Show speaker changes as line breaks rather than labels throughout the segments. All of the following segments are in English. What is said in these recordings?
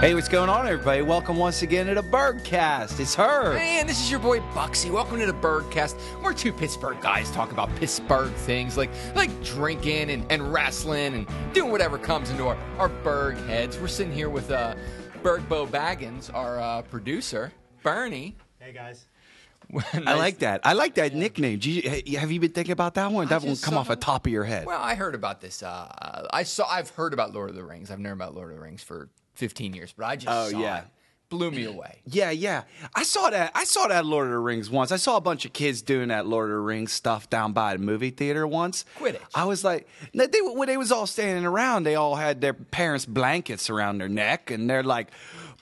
Hey, what's going on, everybody? Welcome once again to the Birdcast. It's her.
Man, this is your boy Buxy. Welcome to the Birdcast. We're two Pittsburgh guys talk about Pittsburgh things like like drinking and, and wrestling and doing whatever comes into our, our Berg heads. We're sitting here with uh, Berg Bo Baggins, our uh, producer, Bernie.
Hey guys.
I like that. I like that nickname. Did you- hey, have you been thinking about that one? That one
just
come
saw-
off the top of your head.
Well, I heard about this. Uh, I saw. I've heard about Lord of the Rings. I've known about Lord of the Rings for 15 years, but I just
Oh,
saw
yeah. Oh.
it. Blew me away.
Yeah, yeah. I saw that. I saw that Lord of the Rings once. I saw a bunch of kids doing that Lord of the Rings stuff down by the movie theater once.
Quidditch.
I was like, no, they when they was all standing around, they all had their parents' blankets around their neck, and they're like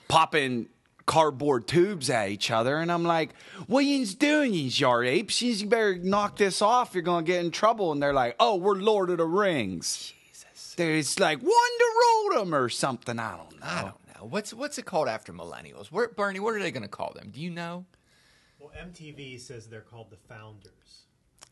popping cardboard tubes at each other. And I'm like, what you doing, you yard apes? Yous- You better knock this off. You're gonna get in trouble. And they're like, oh, we're Lord of the Rings. Jesus. It's like one to roll them or something. I don't know.
I don't know what's what's it called after millennials. Where, Bernie, what are they going to call them? Do you know?
Well, MTV says they're called the founders.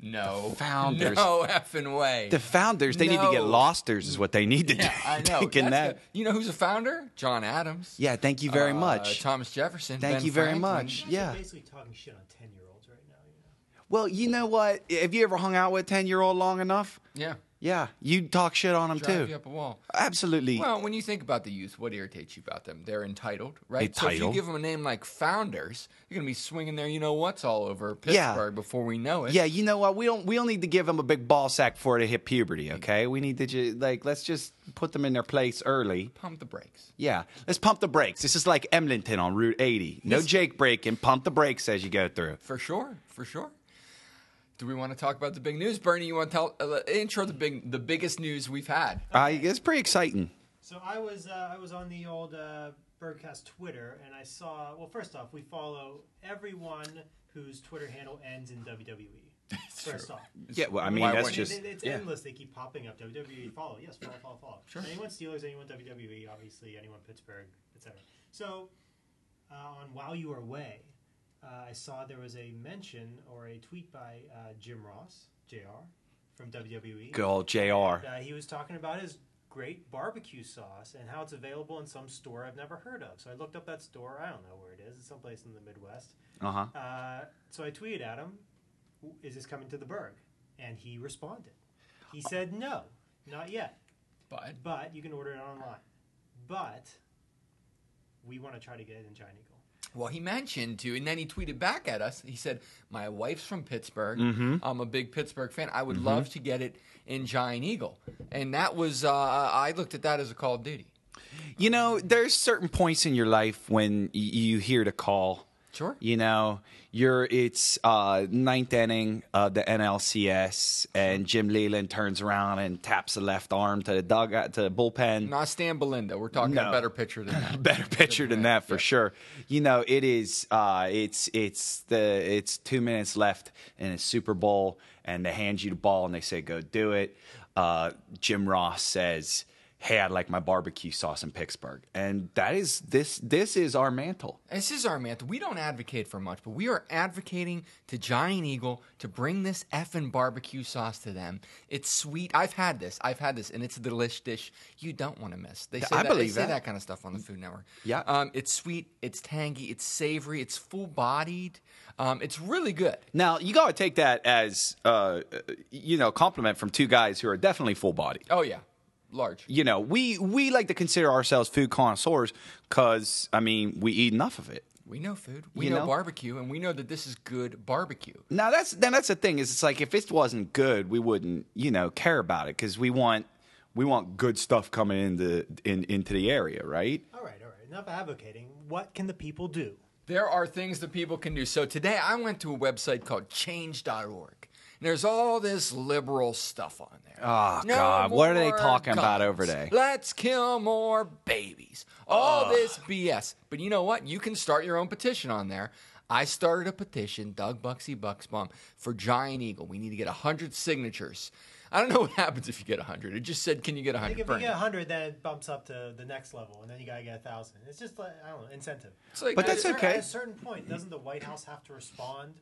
No.
founders.
No effing way.
The founders, they need to get
No.
losters, is what they need to do.
Yeah, I know.
Thinking
That's
that.
the- you know who's a founder? John Adams.
Yeah, thank you very
Uh,
much.
Thomas Jefferson.
Thank
Ben
you very
Franklin.
much.
They're
Yeah.
basically talking shit on ten year olds right now. You know.
Well, you know what? Have you ever hung out with a 10 year old long enough?
Yeah.
Yeah, you'd talk shit on them
Drive you
too.
up a wall.
Absolutely.
Well, when you think about the youth, what irritates you about them? They're entitled, right? So if you
Entitled.
give them a name like Founders, you're going to be swinging their you know what's all over Pittsburgh
Yeah.
before we know it.
yeah, you know what? We don't we don't need to give them a big ball sack for to hit puberty,
Mm.
okay? We need to ju- like let's just put them in their place early.
Pump the brakes.
Yeah, let's pump the brakes. This is like Emlinton on Route 80. No
This-
Jake braking, pump the brakes as you go through.
For sure. For sure. Do we want to talk about the big news, Bernie? You want to tell uh, intro the big the biggest news we've had?
I it's pretty exciting.
So I was uh, I was on the old uh, Birdcast Twitter and I saw. Well, first off, we follow everyone whose Twitter handle ends in WWE. first off,
Yeah, well, I mean,
Why
that's
wouldn't
And
you?
just
it, it's
yeah.
endless. They keep popping up. WWE follow. Yes, follow, follow, follow. Anyone Steelers, anyone WWE, obviously anyone Pittsburgh, etc. So uh, on While You Were Away, uh, I saw there was a mention or a tweet by uh, Jim Ross, Jr. from WWE.
good old JR.
Uh, he was talking about his great barbecue sauce and how it's available in some store I've never heard of. So I looked up that store. I don't know where it is. It's someplace in the Midwest.
Uh-huh.
Uh, so I tweeted at him, "W- "Is this coming to the Berg?" And he responded. He said, "No, not yet,
But
but you can order it online. But we want to try to get it in China."
Well, he mentioned too, and then he tweeted back at us. He said, "My wife's from Pittsburgh. I'm a big Pittsburgh fan. I would love to get it in Giant Eagle." And that was uh, I looked at that as a call of duty.
You know, there's certain points in your life when y- you hear the call.
Sure.
You know, you're it's uh, ninth inning of the NLCS, and Jim Leland turns around and taps the left arm to the dugout to the bullpen.
Not Stan Belinda. We're talking
No.
a better pitcher than that.
Better picture than that for sure. You know, it is. Uh, it's it's the it's two minutes left in a Super Bowl, and they hand you the ball and they say, "Go do it." Uh, Jim Ross says, "Hey, I'd like my barbecue sauce in Pittsburgh," and that is this. This is our mantle.
This is our mantra. We don't advocate for much, but we are advocating to Giant Eagle to bring this effing barbecue sauce to them. It's sweet. I've had this. I've had this, and it's a delicious dish. You don't want to miss. They say,
I
that, they
believe
say
that.
that kind of stuff on the Food Network.
Yeah.
Um, it's sweet. It's tangy. It's savory. It's full bodied. Um, it's really good.
Now you gotta take that as uh, you know compliment from two guys who are definitely full body.
Oh, yeah. Large.
You know, we we like to consider ourselves food connoisseurs because I mean we eat enough of it.
We know food. We
You
know,
know?
barbecue, and we know that this is good barbecue.
Now that's then that's the thing is it's like if it wasn't good, we wouldn't you know care about it because we want we want good stuff coming into in, into the area, right?
All right, all right. Enough advocating. What can the people do?
There are things that people can do. So today I went to a website called change.org. And there's all this liberal stuff on there.
Oh, God. What are they
more
talking about
guns.
over there?
Let's kill more babies. All this BS. But you know what? You can start your own petition on there. I started a petition, Doug Buxy Bucksbaum, for Giant Eagle. We need to get 100 signatures. I don't know what happens if you get 100. It just said, can you get
I
100?
think if you
Bernie?
get 100, then it bumps up to the next level, and then you gotta get a thousand. It's just like I don't know, incentive.
It's like-
But that's
At a cer-
okay.
At a certain point, doesn't the White House have to respond?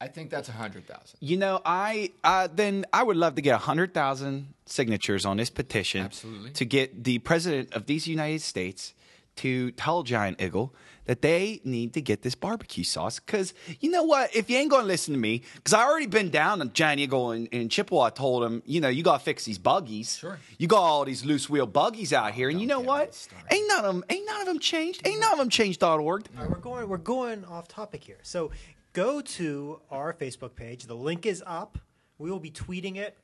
I think that's 100,000.
You know, I uh, then I would love to get hundred thousand signatures on this petition,
Absolutely.
to get the president of these United States to tell Giant Eagle that they need to get this barbecue sauce because you know what? If you ain't gonna listen to me, because I already been down on Giant Eagle in, in Chippewa, I told him, you know, you gotta fix these buggies.
Sure.
You got all these loose wheel buggies out here, and you
don't
know
get me
what?
started.
Ain't none of them. Ain't none of them changed. Ain't none of them changed.org.
All right, we're going we're going off topic here. So go to our Facebook page. The link is up. We will be tweeting it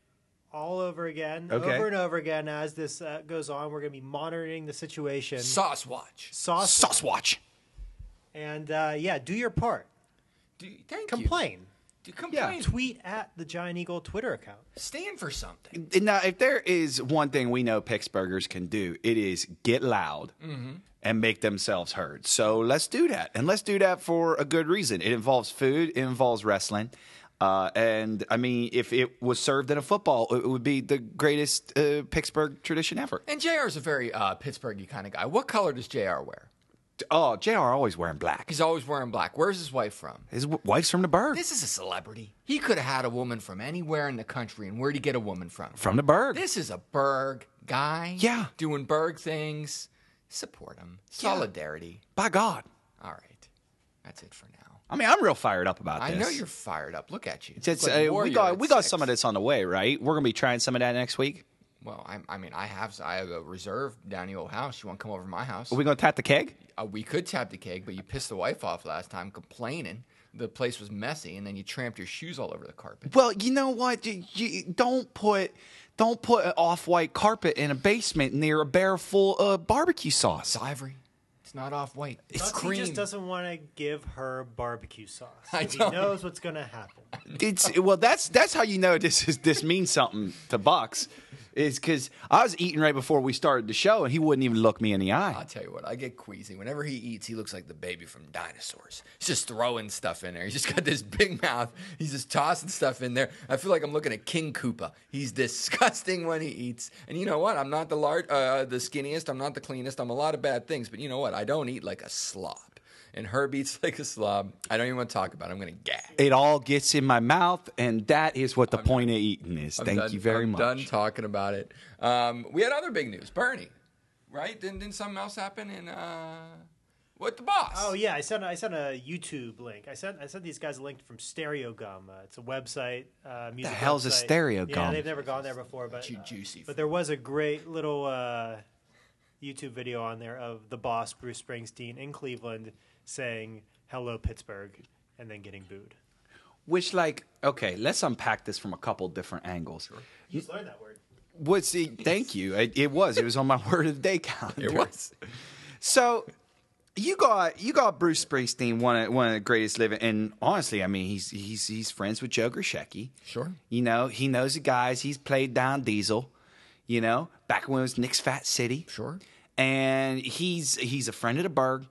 all over again,
Okay.
over and over again as this uh, goes on. We're going to be monitoring the situation.
Sauce watch.
Sauce.
Sauce watch.
And uh, yeah, do your part.
Do, thank
Complain.
you. Do- Complain.
Tweet at the Giant Eagle Twitter account.
Stand for something.
Now, if there is one thing we know Pittsburghers can do, it is get loud
Mm-hmm.
and make themselves heard. So let's do that, and let's do that for a good reason. It involves food. It involves wrestling. Uh, and I mean, if it was served in a football, it would be the greatest uh, Pittsburgh tradition ever.
And JR is a very uh, Pittsburghy kind of guy. What color does JR wear?
Oh, Jr. always wearing black.
He's always wearing black. Where's his wife from?
His w- wife's from the Berg.
This is a celebrity. He could have had a woman from anywhere in the country, and where'd he get a woman from?
From the Berg.
This is a Berg guy.
Yeah.
Doing Berg things. Support him. Solidarity.
By God,
All right. That's it for now.
I mean, I'm real fired up about
I
this.
know you're fired up. Look at you.
It's,
Look
uh,
like
we
warrior
got
at
we got
six.
some of this on the way, right? We're gonna be trying some of that next week.
Well, I, I mean, I have I have a reserve down at your old house. You want to come over to my house?
Are
We,
we gonna tap the keg?
uh, we could tap the keg, but you pissed the wife off last time complaining. The place was messy, and then you tramped your shoes all over the carpet.
Well, you know what? You, you- don't put don't put an off-white carpet in a basement near a barrel full of barbecue sauce.
It's ivory. It's not off white. It's
Dusty
cream.
just doesn't want to give her barbecue sauce.
I
'cause
don't.
He knows what's going to happen.
It's well, that's that's how you know this is this means something to Bucks is because I was eating right before we started the show and he wouldn't even look me in the
I'll
eye.
tell you what, I get queasy. Whenever he eats, he looks like the baby from Dinosaurs. He's just throwing stuff in there. He's just got this big mouth. He's just tossing stuff in there. I feel like I'm looking at King Koopa. He's disgusting when he eats. And you know what? I'm not the large, uh, the skinniest. I'm not the cleanest. I'm a lot of bad things. But you know what? I don't eat like a slob. And Herb eats like a slob. I don't even want to talk about it. I'm going to gag.
It all gets in my mouth, and that is what the point of eating is.
I'm
Thank
done-
you very
I'm
much.
done talking about it. Um, we had other big news. Bernie, right? Didn't, didn't something else happen? And uh, what the boss?
Oh yeah, I sent I sent a YouTube link. I sent I sent these guys a link from Stereo Gum. Uh, it's a website. Uh, music
hell's a
website.
Stereo
Yeah,
Gum?
they've never gone there before, but
Ju- juicy
But there was a great little uh, YouTube video on there of the boss Bruce Springsteen in Cleveland saying "Hello Pittsburgh" and then getting booed.
Which, like, okay, let's unpack this from a couple different angles.
You just learned that word.
What's the? Thank you. It, it was. It was on my word of the day calendar.
It was.
So you got you got Bruce Springsteen, one of, one of the greatest living, and honestly, I mean, he's he's he's friends with Joe Grishecki.
Sure.
You know, he knows the guys. He's played Don Diesel. You know, back when it was Nick's Fat City.
Sure.
And he's he's a friend of the Berg.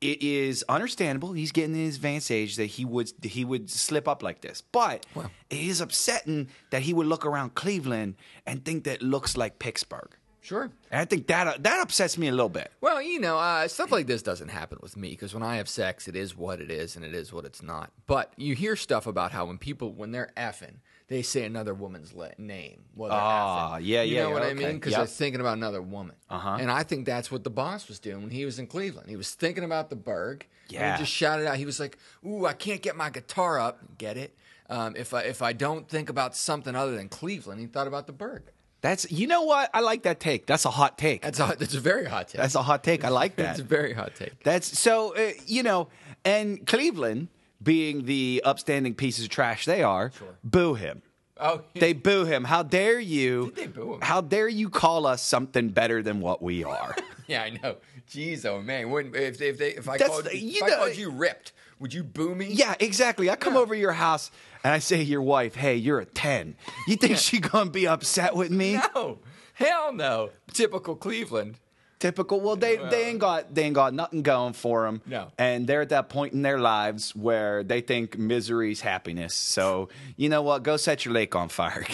It is understandable. He's getting in his advanced age that he would he would slip up like this, but
Wow.
it is upsetting that he would look around Cleveland and think that it looks like Pittsburgh.
Sure.
And I think that that upsets me a little bit.
Well, you know, uh, stuff like this doesn't happen with me because when I have sex, it is what it is and it is what it's not. But you hear stuff about how when people, when they're effing, they say another woman's le- name. Well, they're
Ah,
effing.
yeah,
You
yeah,
know what
yeah,
I
okay,
mean? Because
yep.
they're thinking about another woman.
Uh-huh.
And I think that's what the boss was doing when he was in Cleveland. He was thinking about the Berg. And
Yeah.
he just shouted out. He was like, "Ooh, I can't get my guitar up. Get it? Um, if I if I don't think about something other than Cleveland, he thought about the Berg.
That's you know what I like that take. That's a hot take.
That's a that's a very hot take.
That's a hot take. I like
It's
that.
a very hot take.
That's so uh, you know, and Cleveland being the upstanding pieces of trash they are, boo him.
Oh,
They boo him. How dare you?
Did they boo him?
How dare you call us something better than what we are?
yeah, I know. Jeez, oh man, when, if if they if I
That's
called
the-
you,
you
if I
know-
called you ripped, would you boo me?
yeah, exactly. I come
Yeah.
over to your house and I say to your wife, "Hey, you're a 10." You think she going to be upset with me?
No, hell no. Typical Cleveland.
Typical. Well, they they ain't got they ain't got nothing going for them.
No.
And they're at that point in their lives where they think misery's happiness. So you know what? Go set your lake on fire.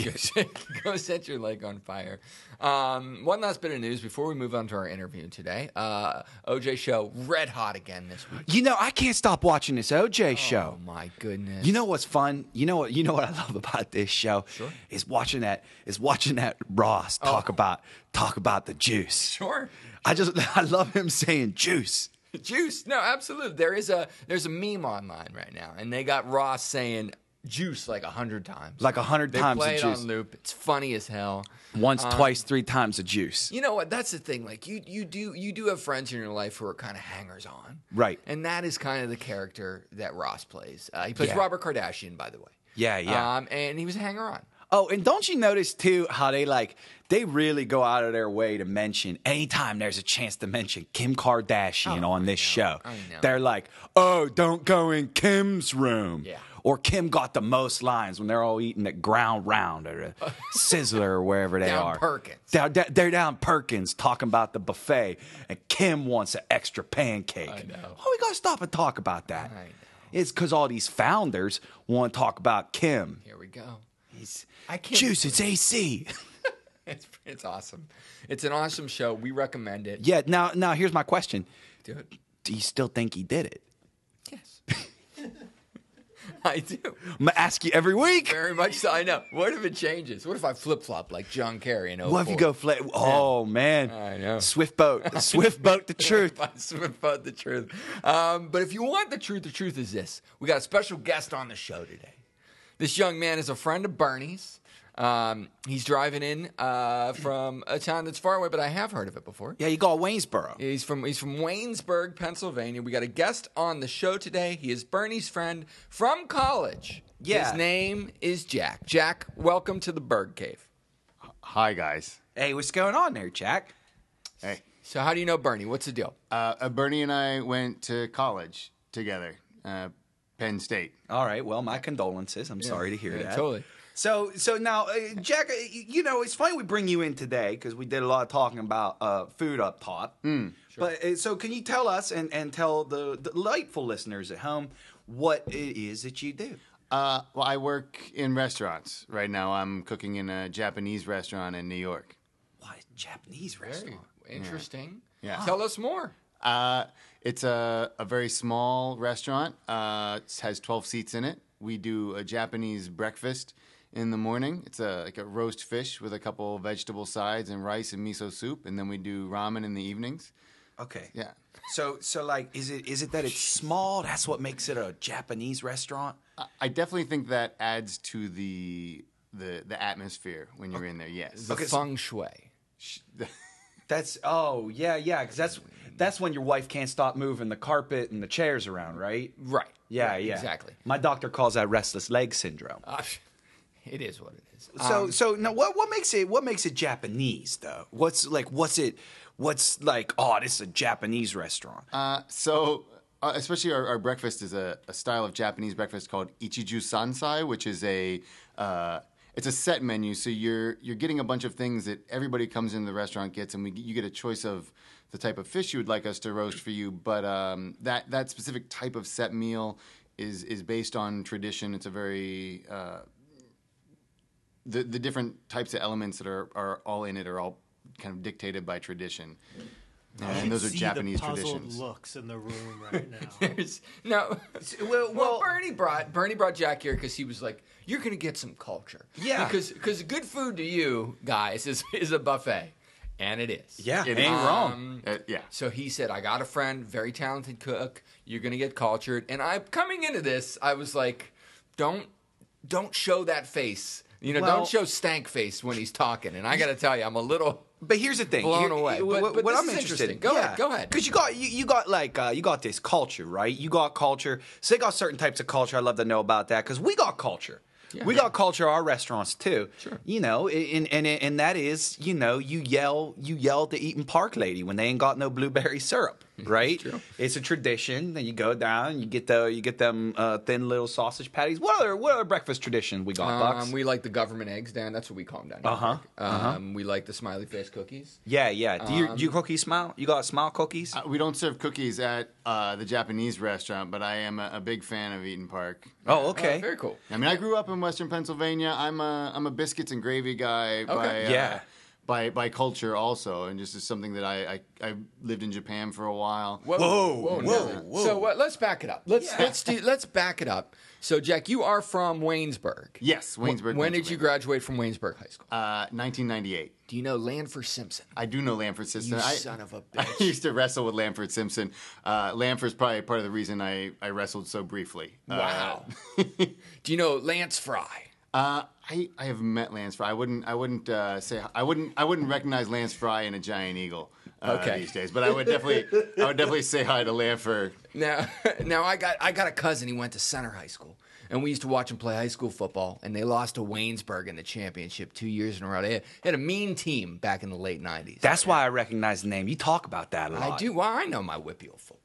Go set your leg on fire. Um, one last bit of news before we move on to our interview today. Uh, OJ show red hot again this week.
You know, I can't stop watching this OJ
Oh
show.
my goodness!
You know what's fun? You know what? You know what I love about this show is watching that is watching that Ross talk about talk about the juice.
sure.
I just I love him saying juice.
Juice. No, absolutely. There is a there's a meme online right now, and they got Ross saying juice like a hundred times.
Like 100
they
times
Play
the
it
juice.
on loop. It's funny as hell.
Once, twice, three times the juice.
You know what? That's the thing. Like you, you do, you do have friends in your life who are kind of hangers on,
Right.
And that is kind of the character that Ross plays. Uh, he plays
Yeah.
Robert Kardashian, by the way.
Yeah, yeah.
Um, and he was a hanger on.
Oh, and don't you notice too how they like they really go out of their way to mention anytime there's a chance to mention Kim Kardashian on this show.
Oh, I know.
They're like, "Oh, don't go in Kim's room."
Yeah.
Or Kim got the most lines when they're all eating at Ground Round or the Sizzler or wherever they
Down
are.
Perkins.
They're, they're- they're down Perkins talking about the buffet, and Kim wants an extra pancake. I
know.
Why we gotta stop and talk about that?
I know.
It's because all these founders want to talk about Kim.
Here we go.
He's-
I can't
Juice, it's AC.
It's it's awesome. It's an awesome show. We recommend it.
yeah. Now, now here's my question:
Do it.
Do you still think he did it?
Yes. I do.
I'm gonna ask you every week.
Very much so. I know. What if it changes? What if I flip flop like John Kerry in 04?
What if you go fla Oh man,
I know.
Swift boat, swift boat, the truth.
about the truth. Um, but if you want the truth, the truth is this: we got a special guest on the show today. This young man is a friend of Bernie's. Um, he's driving in uh, from a town that's far away, but I have heard of it before.
Yeah, you go Waynesboro.
He's from he's from Waynesburg, Pennsylvania. We got a guest on the show today. He is Bernie's friend from college.
Yeah.
His name is Jack. Jack, welcome to the Berg Cave.
Hi guys.
Hey, what's going on there, Jack?
Hey,
So how do you know Bernie? What's the deal?
uh, uh, Bernie and I went to college together, uh, Penn State.
All right. Well, my condolences. I'm sorry to hear
yeah,
that.
totally.
So, so now, uh, Jack, uh, y- you know, it's funny we bring you in today because we did a lot of talking about uh, food up top. Mm, But uh, so, can you tell us and, and tell the, the delightful listeners at home what it is that you do?
Uh, well, I work in restaurants right now. I'm cooking in a Japanese restaurant in New York.
Why a Japanese restaurant?
interesting.
Yeah.
Tell us more.
Uh, it's a, a very small restaurant. Uh, it has 12 seats in it. We do a Japanese breakfast in the morning. It's a, like a roast fish with a couple vegetable sides and rice and miso soup, and then we do ramen in the evenings.
Okay.
Yeah.
So, so like, is it is it that it's small? That's what makes it a Japanese restaurant.
I- I definitely think that adds to the the the atmosphere when you're in there. Yes.
The
Okay, so-
feng shui.
Sh- the-
That's oh yeah yeah because that's that's when your wife can't stop moving the carpet and the chairs around, right?
Right.
Yeah,
Right,
yeah.
Exactly.
My doctor calls that restless leg syndrome.
Uh, um, it is what it is.
So so now what what makes it what makes it Japanese though? What's like what's it what's like oh this is a Japanese restaurant.
uh, so, uh, especially our, our breakfast is a, a style of Japanese breakfast called ichiju sansai, which is a uh, it's a set menu. So you're you're getting a bunch of things that everybody comes into the restaurant gets, and we you get a choice of the type of fish you would like us to roast for you. But um, that that specific type of set meal is is based on tradition. It's a very uh, the, the different types of elements that are, are all in it are all kind of dictated by tradition. and those are
See
Japanese
the puzzled
traditions.
looks in the room right now.
There's- no.
well,
Well,
well-
Bernie brought Bernie brought Jack here because he was like, "You're gonna get some culture."
Yeah.
Because because good food to you guys is is a buffet, and it is.
yeah,
It
ain't
um,
is.
wrong.
Uh, yeah.
So he said, "I got a friend, very talented cook. You're gonna get cultured." And I coming into this, I was like, "Don't don't show that face." You know,
Well-
don't show stank face when he's talking. And I got to tell you, I'm a little
But here's the thing.
Blown
Here-
away.
What,
But- but
what
this
I'm
is
interested in.
interesting. Go ahead, go ahead.
Because you got you, you got like uh, you got this culture, right? You got culture. So they got certain types of culture. I love to know about that because we got culture. We got culture. at Our restaurants too. Sure. You know, and, and and that is you know you yell you yell at the Eaton Park lady when they ain't got no blueberry syrup, right? It's a tradition. Then you go down, you get the you get them uh, thin little sausage patties. What other what other breakfast tradition we got? Bucks.
Um, we like the government eggs, Dan. That's what we call them down here.
Uh-huh,
Mark. Um, we like the smiley face cookies.
yeah, yeah. Do
um,
you, do you cookie smile? You got smile cookies?
Uh, we don't serve cookies at uh, the Japanese restaurant, but I am a, a big fan of Eaton Park.
oh,
Uh,
okay.
very cool.
I mean, I grew up in Western Pennsylvania. I'm a I'm a biscuits and gravy guy. By, uh,
Yeah.
by by culture also, and just is something that I, I I lived in Japan for a while.
Whoa, whoa,
no.
whoa.
So uh, let's back it up. Let's
Yeah.
let's do let's back it up. So Jack, you are from Waynesburg.
Yes,
Wh-
Waynesburg.
When did you
Pennsylvania.
graduate from Waynesburg High School?
Uh, 1998.
Do you know Lanford Simpson?
I do know Lamford
You
Simpson. I,
son of a
Uh,
I
bitch.
used to wrestle with Lamford Simpson. Uh, Lamford's probably part of the reason I, I wrestled so briefly.
Wow. Do you know Lance Fry?
Uh, I, I have met Lance Fry. I wouldn't I wouldn't uh, say I wouldn't I wouldn't recognize Lance Fry in a giant eagle uh,
Okay.
these days, but I would definitely I would definitely say hi to Lanford.
Now, now I got I got a cousin. He went to Center High School, and we used to watch him play high school football. And they lost to Waynesburg in the championship two years in a row. They had, they had a mean team back in the late nineties.
That's why I recognize the name. You talk about that a lot.
I do. Well, I know my Whippeal football.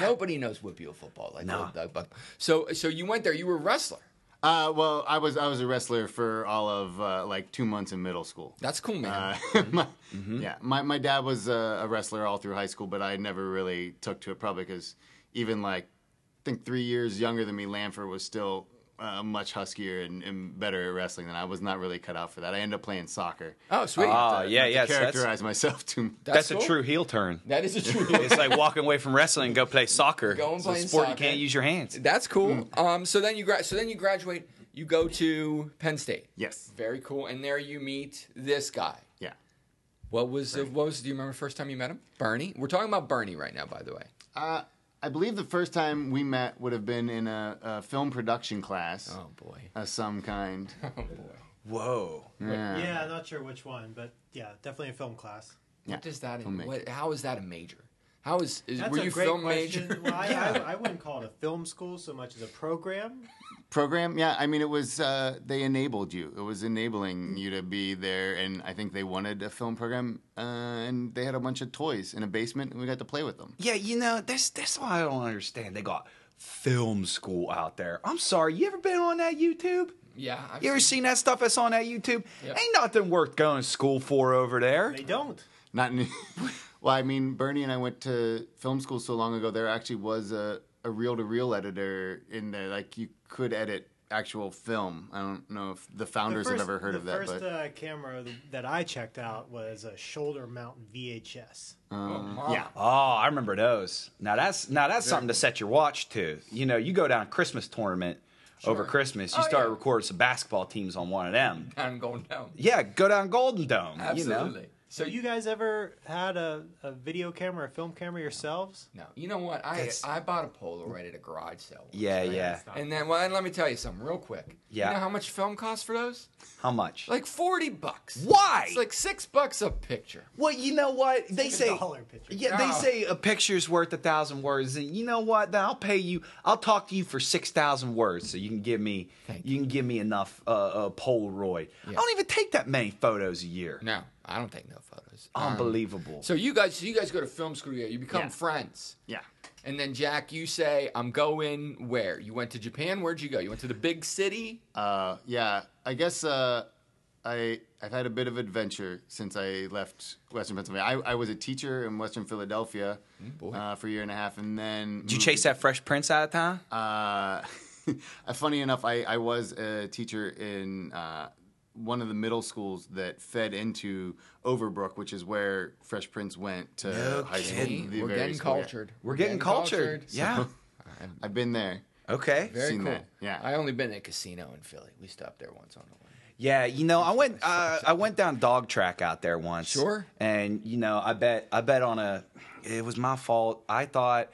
Nobody knows Whippeal football like
No.
old Doug Buck. So, so you went there. You were a wrestler.
Uh, well, I was I was a wrestler for all of uh, like two months in middle school.
That's cool, man.
Uh, my, Yeah, my, my dad was a, a wrestler all through high school, but I never really took to it probably because even like I think three years younger than me, Lanford was still uh, much huskier and, and better at wrestling than I was. Not really cut out for that. I ended up playing soccer.
oh, sweet.
Ah,
Not
yeah,
to
yes. That's,
characterize myself too. much.
that's a
cool.
true heel turn.
That is a true.
It's like walking away from wrestling and go play soccer.
Go and
it's a
play
sport you
soccer.
can't use your hands.
That's cool.
Mm.
Um, so then you gra- so then you graduate. You go to Penn State.
Yes.
Very cool. And there you meet this guy.
Yeah.
What was the, what was? Do you remember the first time you met him? Bernie. We're talking about Bernie right now, by the way.
Uh, I believe the first time we met would have been in a, a film production class
boy.
of some kind.
Oh boy.
Whoa.
Yeah.
Yeah, not sure which one, but yeah, definitely a film class.
Yeah.
What is that? In,
Filmmaking.
what, how is that a major? How is? is
That's
were
a
you
great
film
question.
major?
Well, I,
yeah.
I, I wouldn't call it a film school so much as a program.
program yeah i mean it was uh, they enabled you it was enabling you to be there and i think they wanted a film program uh, and they had a bunch of toys in a basement and we got to play with them
Yeah, you know, that's that's why I don't understand. They got film school out there. I'm sorry, you ever been on that YouTube?
Yeah, I've
You ever
seen-
seen that stuff that's on that YouTube?
Yeah.
Ain't nothing worth going to school for over there.
They don't.
not in, well i mean bernie and i went to film school so long ago there actually was a, a reel-to-reel editor in there like you could edit actual film i don't know if the
The
founders
first-
have ever heard
the
of that
first
but
uh, camera that I checked out was a shoulder mount VHS.
Oh,
yeah
Oh, I remember those. Now that's now that's something to set your watch to. You know, you go down Christmas tournament over
Sure.
Christmas, you
Oh,
start
yeah.
recording some basketball teams on one of them.
I'm going down.
Yeah, go down Golden Dome.
Absolutely.
You know.
So
So you
you
guys ever had a, a video camera, a film camera yourselves?
no, you know what? I
That's-
I bought a Polaroid at a garage sale. once,
Yeah,
right?
yeah.
And then well, and let me tell you something real quick.
Yeah.
You know how much film costs for those?
How much?
Like forty bucks.
Why?
It's like six bucks a picture.
Well, you know what they
It's a
say.
dollar picture.
Yeah, they
No.
say a picture's worth a thousand words, and you know what? Then I'll pay you. I'll talk to you for six thousand words, so you can give me
Thank
you can give me enough uh, uh, Polaroid. I don't even take that many photos a year.
No, I don't take no photos.
Um.
Uh,
Unbelievable.
So you guys, so you guys go to film school together. You become
Yeah.
friends.
yeah
And then Jack, you say, "I'm going where?" You went to Japan. Where'd you go? You went to the big city.
Uh, yeah, I guess uh, I I've had a bit of adventure since I left Western Pennsylvania. I, I was a teacher in Western Philadelphia
boy.
uh, for a year and a half, and then
Mm, Did you chase that Fresh Prince out of town?
Uh, funny enough, I, I was a teacher in uh, one of the middle schools that fed into Overbrook, which is where Fresh Prince went to
No
high school.
kidding.
the
We're
very
getting
school, yeah.
cultured.
We're getting cultured.
So-
Yeah.
I've been there.
Okay.
Very
Seen
cool.
that, yeah.
I only been in a casino in Philly. We stopped there once on the way.
Yeah, you know, I went uh, I went down dog track out there once.
Sure.
And you know, I bet I bet on a it was my fault. I thought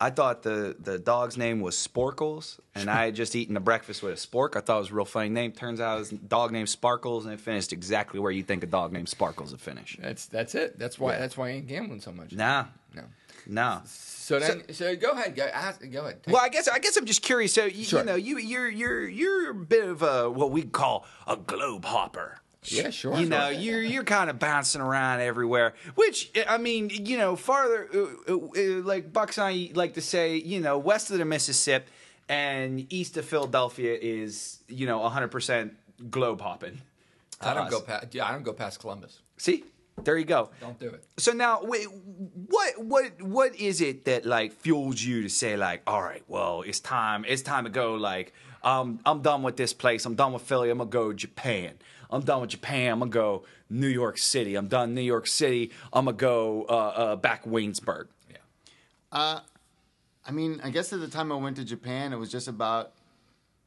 I thought the the dog's name was Sporkles, and I had just eaten a breakfast with a spork. I thought it was a real funny name. Turns out his dog named Sparkles, and it finished exactly where you think a dog named Sparkles would finish.
That's that's it. That's why that's why I ain't gambling so much.
Nah,
No.
nah.
So then, so, go ahead, go ask, go ahead. Take-
Well, I guess I guess I'm just curious. So you,
Sure.
you know, you you're you're you're a bit of a what we call a globe hopper.
yeah, sure.
You know, you're you're kind of bouncing around everywhere. Which eh, I mean, you know, farther uh, uh, uh, like Bucks and I like to say, you know, west of the Mississippi and east of Philadelphia is you know 100 percent globe hopping. to
I don't
us.
go past. Yeah, I don't go past Columbus.
See, there you go.
Don't do it.
So now, wait, what what what is it that like fuels you to say like, all right, well, it's time, it's time to go. Like, um, I'm done with this place. I'm done with Philly. I'm gonna go Japan. I'm done with Japan. I'm gonna go New York City. I'm done New York City. I'm gonna go uh, uh, back Waynesburg.
Yeah.
I mean, I guess at the time I went to Japan, it was just about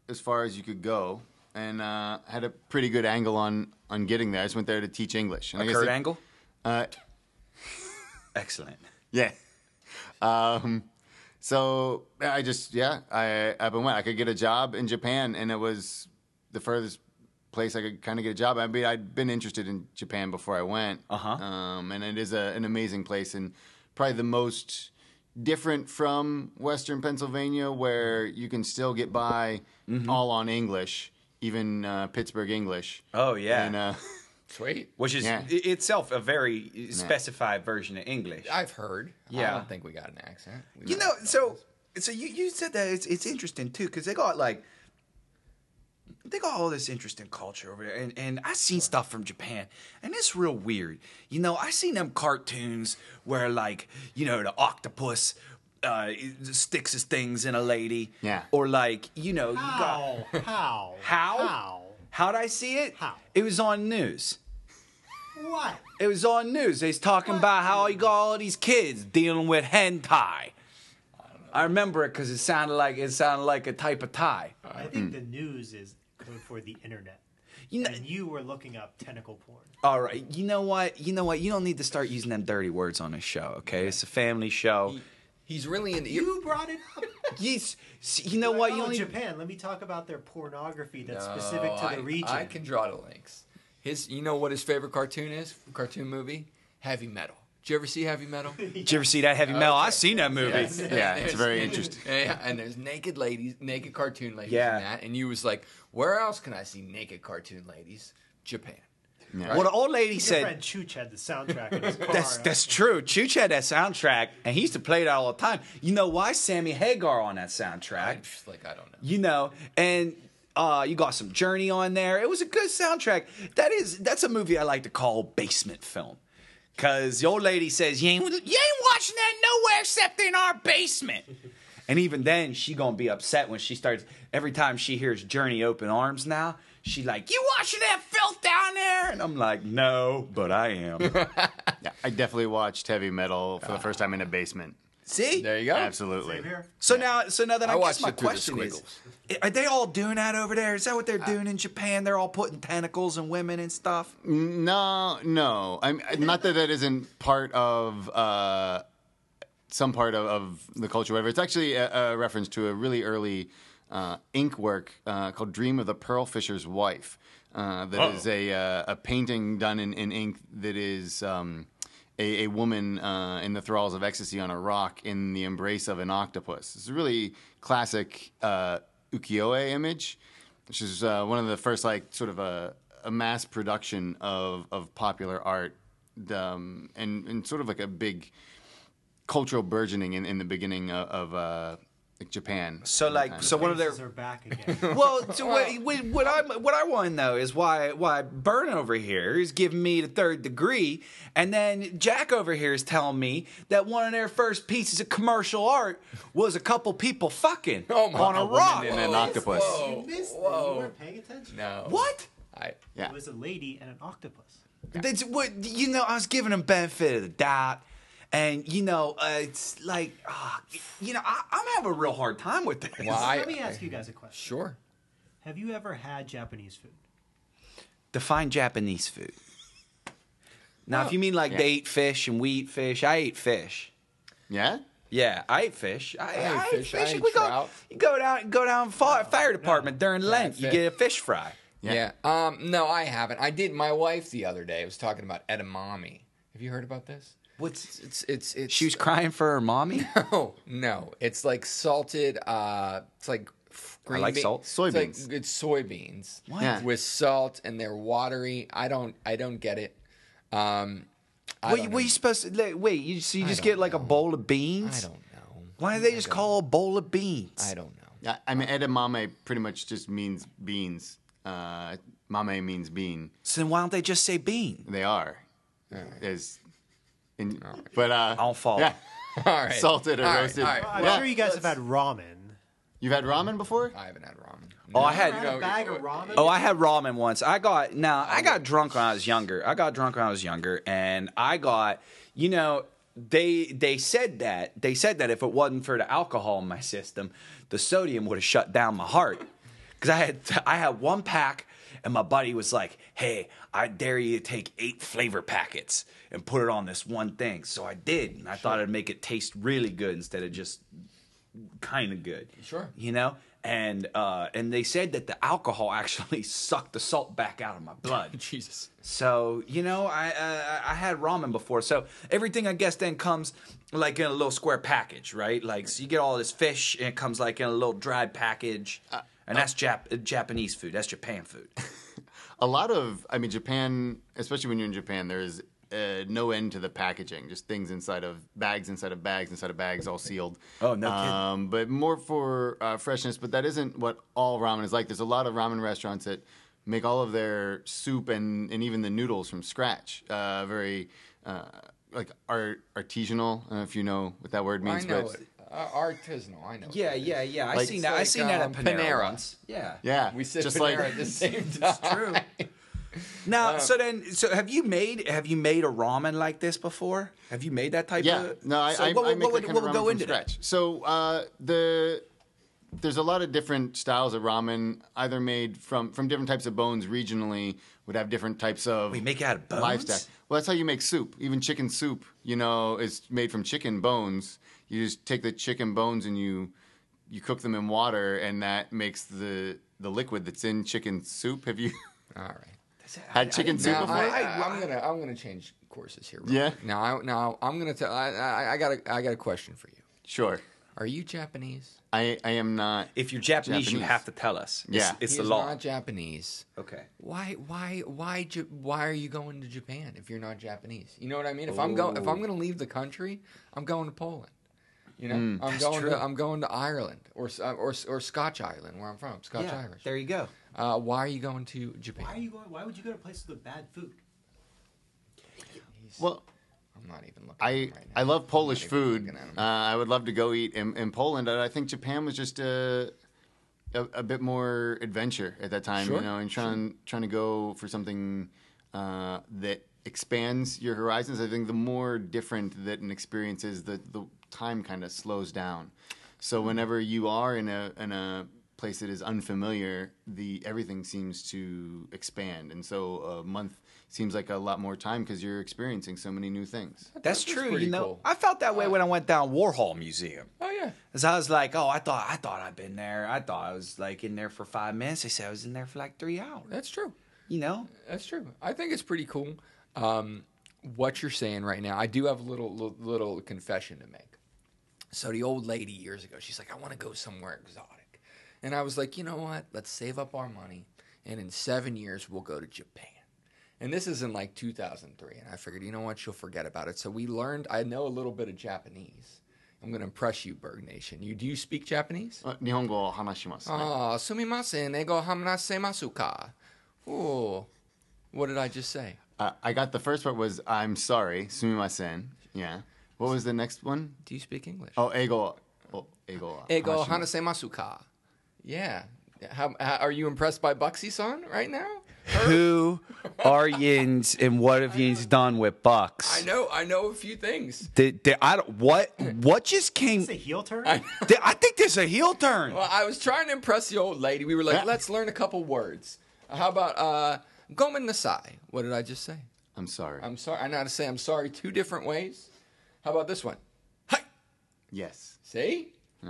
as far as you could go, and uh, had a pretty good angle on on getting there. I just went there to teach English. And I guess
Kurt
it-
Angle,
Uh,
excellent.
yeah. Um, so I just yeah, I up and went. I could get a job in Japan, and it was the furthest place I could kind of get a job. I mean, I'd been interested in Japan before I went.
Uh-huh.
Um, and it is a, an amazing place, and probably the most different from Western Pennsylvania, where you can still get by all on English, even uh, Pittsburgh English.
Oh, yeah.
And, uh,
Sweet.
Which is
Yeah.
i- itself a very specified version of English.
I've heard. I
Yeah.
don't think we got an accent. We
You
might-
know, so so you, you said that it's it's interesting too because they got like they got all this interesting culture over there, and and I seen stuff from Japan, and it's real weird. You know, I seen them cartoons where like you know the octopus. Uh, sticks his things in a lady,
Yeah.
or like you know, you got
How? How?
How?
How?
how'd I see it?
How?
It was on news.
What?
It was on news. They was talking about how you got all these kids dealing with hentai. I, remember it because it sounded like it sounded like a type of tie.
I think the news is code for the internet.
You know,
And you were looking up tentacle porn.
all right. You know what? You know what? You don't need to start using them dirty words on this show. Okay, it's a family show.
he's really in.
You brought it up.
Yes. You know what? You
oh,
don't need.
Japan. Let me talk about their pornography that's
No,
specific to
Oh, I-
the region.
I can draw the links. His, you know what his favorite cartoon is? Cartoon movie? Heavy Metal. Did you ever see Heavy Metal?
Did you ever see that heavy metal? I
Okay.
seen that movie.
yeah, it's
There's-
very interesting.
Yeah, yeah, and there's naked ladies, naked cartoon ladies
Yeah.
in that, and you was like, where else can I see naked cartoon ladies? Japan.
Yeah.
Well, the old lady
Your
said.
friend Chooch had the soundtrack in his car.
That's that's true. Chooch had that soundtrack, and he used to play that all the time. You know why? Sammy Hagar on that soundtrack.
I'm just like, I don't know.
you know, and uh, you got some Journey on there. It was a good soundtrack. That is, that's a movie I like to call basement film, because the old lady says you ain't you ain't watching that nowhere except in our basement. And even then, she gonna be upset when she starts. Every time she hears Journey Open Arms now, she like you watching that filth down there, and I'm like, no, but I am.
Yeah, I definitely watched heavy metal for the first time in a basement.
See,
There you go.
Absolutely.
Same here.
So now, so now that I,
I
guess
watched
my
it through the
question is,
squiggles.
are they all doing that over there? Is that what they're doing in Japan? They're all putting tentacles and women and stuff.
No, no. I'm not that that isn't part of uh, some part of, of the culture, whatever. It's actually a, a reference to a really early uh, ink work uh, called "Dream of the Pearl Fisher's Wife." Uh, that is a uh, a painting done in, in ink that is. Um, a, a woman uh, in the thralls of ecstasy on a rock in the embrace of an octopus. It's a really classic uh, ukiyo-e image, which is uh, one of the first like sort of a, a mass production of of popular art, um, and and sort of like a big cultural burgeoning in, in the beginning of, of uh, like Japan.
So like, so one of their
Faces are back again.
well, so what, what, what I what I want to know is why why Burn over here is giving me the third degree, and then Jack over here is telling me that one of their first pieces of commercial art was a couple people fucking
Oh my-
on a
a woman
rock.
and an octopus.
Whoa,
you missed it. You
whoa.
weren't paying attention.
No.
What?
I,
Yeah.
It was a lady and an octopus.
That's what you know. I was giving him benefit of the doubt, and you know, uh, it's like, uh, you know, I, I'm having a real hard time with this.
Well, I-
Let me ask you guys a question.
Sure.
Have you ever had Japanese food?
Define Japanese food. Now,
Oh,
if you mean like they eat fish and we eat fish, I eat fish.
yeah.
Yeah, I eat fish. I,
ate
I
fish. I ate
We go,
trout. Oh,
you go down, go down fire, fire department during Lent. You
fish.
get a fish fry.
Yeah. Um. No, I haven't. I did. My wife the other day was talking about edamame. Have you heard about this?
What's
It's it's it's.
she was crying for her mommy?
No, no. It's like salted. Uh, it's like f- green
like
bean-
salt.
It's like-
Soybeans.
it's soybeans
Yeah.
with salt, and they're watery. I don't. I don't get it. Um, I
What,
don't
what
know.
you supposed to like, wait? You, so you just
don't
get like a bowl of beans?
I don't know.
Why do they just call a bowl of beans?
I don't know.
Yeah, I mean, edamame pretty much just means beans. Uh, mame means bean.
So then why don't they just say bean?
They are. Is, in, But uh,
I'll follow.
Yeah,
All right.
salted or
All right,
roasted.
all right.
I'm
Yeah.
sure you guys have had ramen.
You've had ramen before?
I haven't had ramen.
Oh, I had-
I
You
had a bag of ramen.
Oh, I had ramen once. I got now. I got drunk when I was younger. I got drunk when I was younger, and I got you know they they said that they said that if it wasn't for the alcohol in my system, the sodium would have shut down my heart. Because I had I had one pack, and my buddy was like, "Hey, I dare you to take eight flavor packets and put it on this one thing." So I did, and I thought it'd make it taste really good instead of just kind of good.
Sure.
You know? And uh, and they said that the alcohol actually sucked the salt back out of my blood.
Jesus.
So you know, I uh, I had ramen before. So everything I guess then comes like in a little square package, right? Like so you get all this fish, and it comes like in a little dried package,
Uh,
and that's Jap- uh, Japanese food. That's Japan food.
a lot of i mean japan especially when you're in japan there's uh, no end to the packaging just things inside of bags inside of bags inside of bags all sealed
Oh, no kidding.
um, but more for uh, freshness but that isn't what all ramen is like there's a lot of ramen restaurants that make all of their soup and, and even the noodles from scratch uh, very uh, like art artisanal i don't know if you know what that word
I
means
know
but
it. Uh, artisanal. I know. what
yeah,
that is.
yeah, yeah. I
Like-
seen that. I
like,
seen that at
um,
Panera.
Panera.
once. Yeah.
yeah
We said
just
Panera
like
at the same time.
True.
Uh.
Now, so then, so have you made have you made a ramen like this before? Have you made that type
Yeah,
of?
no, I,
Uh, so
I,
what,
I
would-
make
what would-
that kind
what
of
would
ramen
go
from
into that?
scratch. So uh, the there's a lot of different styles of ramen, either made from from different types of bones regionally. Would have different types of
We make it out of bones?
livestock. Well, that's how you make soup. Even chicken soup, you know, is made from chicken bones. You just take the chicken bones and you you cook them in water, and that makes the the liquid that's in chicken soup. Have you
All right.
had chicken soup
Now,
before?
I, am gonna I'm gonna change courses here. real
Yeah?
quick. Now I, now I'm gonna tell. I, I I got a I got a question for you.
sure.
Are you Japanese?
I, I am not.
If you're Japanese, you
Japanese.
have to tell us. It's,
Yeah.
it's
He
the
is
law.
Not Japanese.
Okay.
Why why why Ja- why are you going to Japan if you're not Japanese? You know what I mean? If I'm going if I'm going to leave the country, I'm going to Poland. You know, I'm going
true.
to I'm going to Ireland or S- or S- or Scotch Island where I'm from, Scotch Irish.
you go.
Uh, why are you going to
Why are
Japan?
you going? Why would you go to places with bad food?
Well,
I'm not even looking. at
I
him right now.
I love Polish
even
food.
looking at 'em.
Uh, I would love to go eat in, in Poland. and I think Japan was just a, a a bit more adventure at that time,
Sure,
you know, and trying trying to go for something uh, that expands your horizons. I think the more different that an experience is, the the time kind of slows down. So
Hmm.
whenever you are in a in a place that is unfamiliar, the everything seems to expand, and so a month seems like a lot more time because you're experiencing so many new things.
That's
That's
true.
pretty
You know,
cool.
I felt that way when I went down Warhol Museum.
Oh yeah.
Cause I was like, oh, I thought I thought I'd been there. I thought I was like in there for five minutes. They said I was in there for like three hours.
That's true.
You know,
That's true. I think it's pretty cool. Um, what you're saying right now, I do have a little little, little confession to make. So the old lady years ago, she's like, "I want to go somewhere exotic," and I was like, "You know what? Let's save up our money, and in seven years we'll go to Japan." And this is in like 2003, and I figured, you know what? She'll forget about it. So we learned. I know a little bit of Japanese. I'm going to impress you, Berg Nation. You do you speak Japanese?
Uh, 日本語を話します。
Ah, sumimasen, ego hamunasemasu ka. Ooh, what did I just say?
Uh, I got the first part was I'm sorry, sumimasen. Yeah. What was the next one?
Do you speak English?
Oh, ego. Oh, ego.
ego
hanashimasu.
hanasemasu ka. Yeah. How, how, are you impressed by Buxy-san right now?
who are Yins and what have Yins done with Bucks?
I know, I know a few things.
Did, did- I don't, what what just came?
It's a heel turn.
Did- I think there's a heel turn.
Well, I was trying to impress the old lady. We were like,
Yeah.
let's learn a couple words. How about uh, gomen nasai? What did I just say?
I'm sorry.
I'm sorry. I know how to say I'm sorry two different ways. How about this one? Hi.
yes.
See?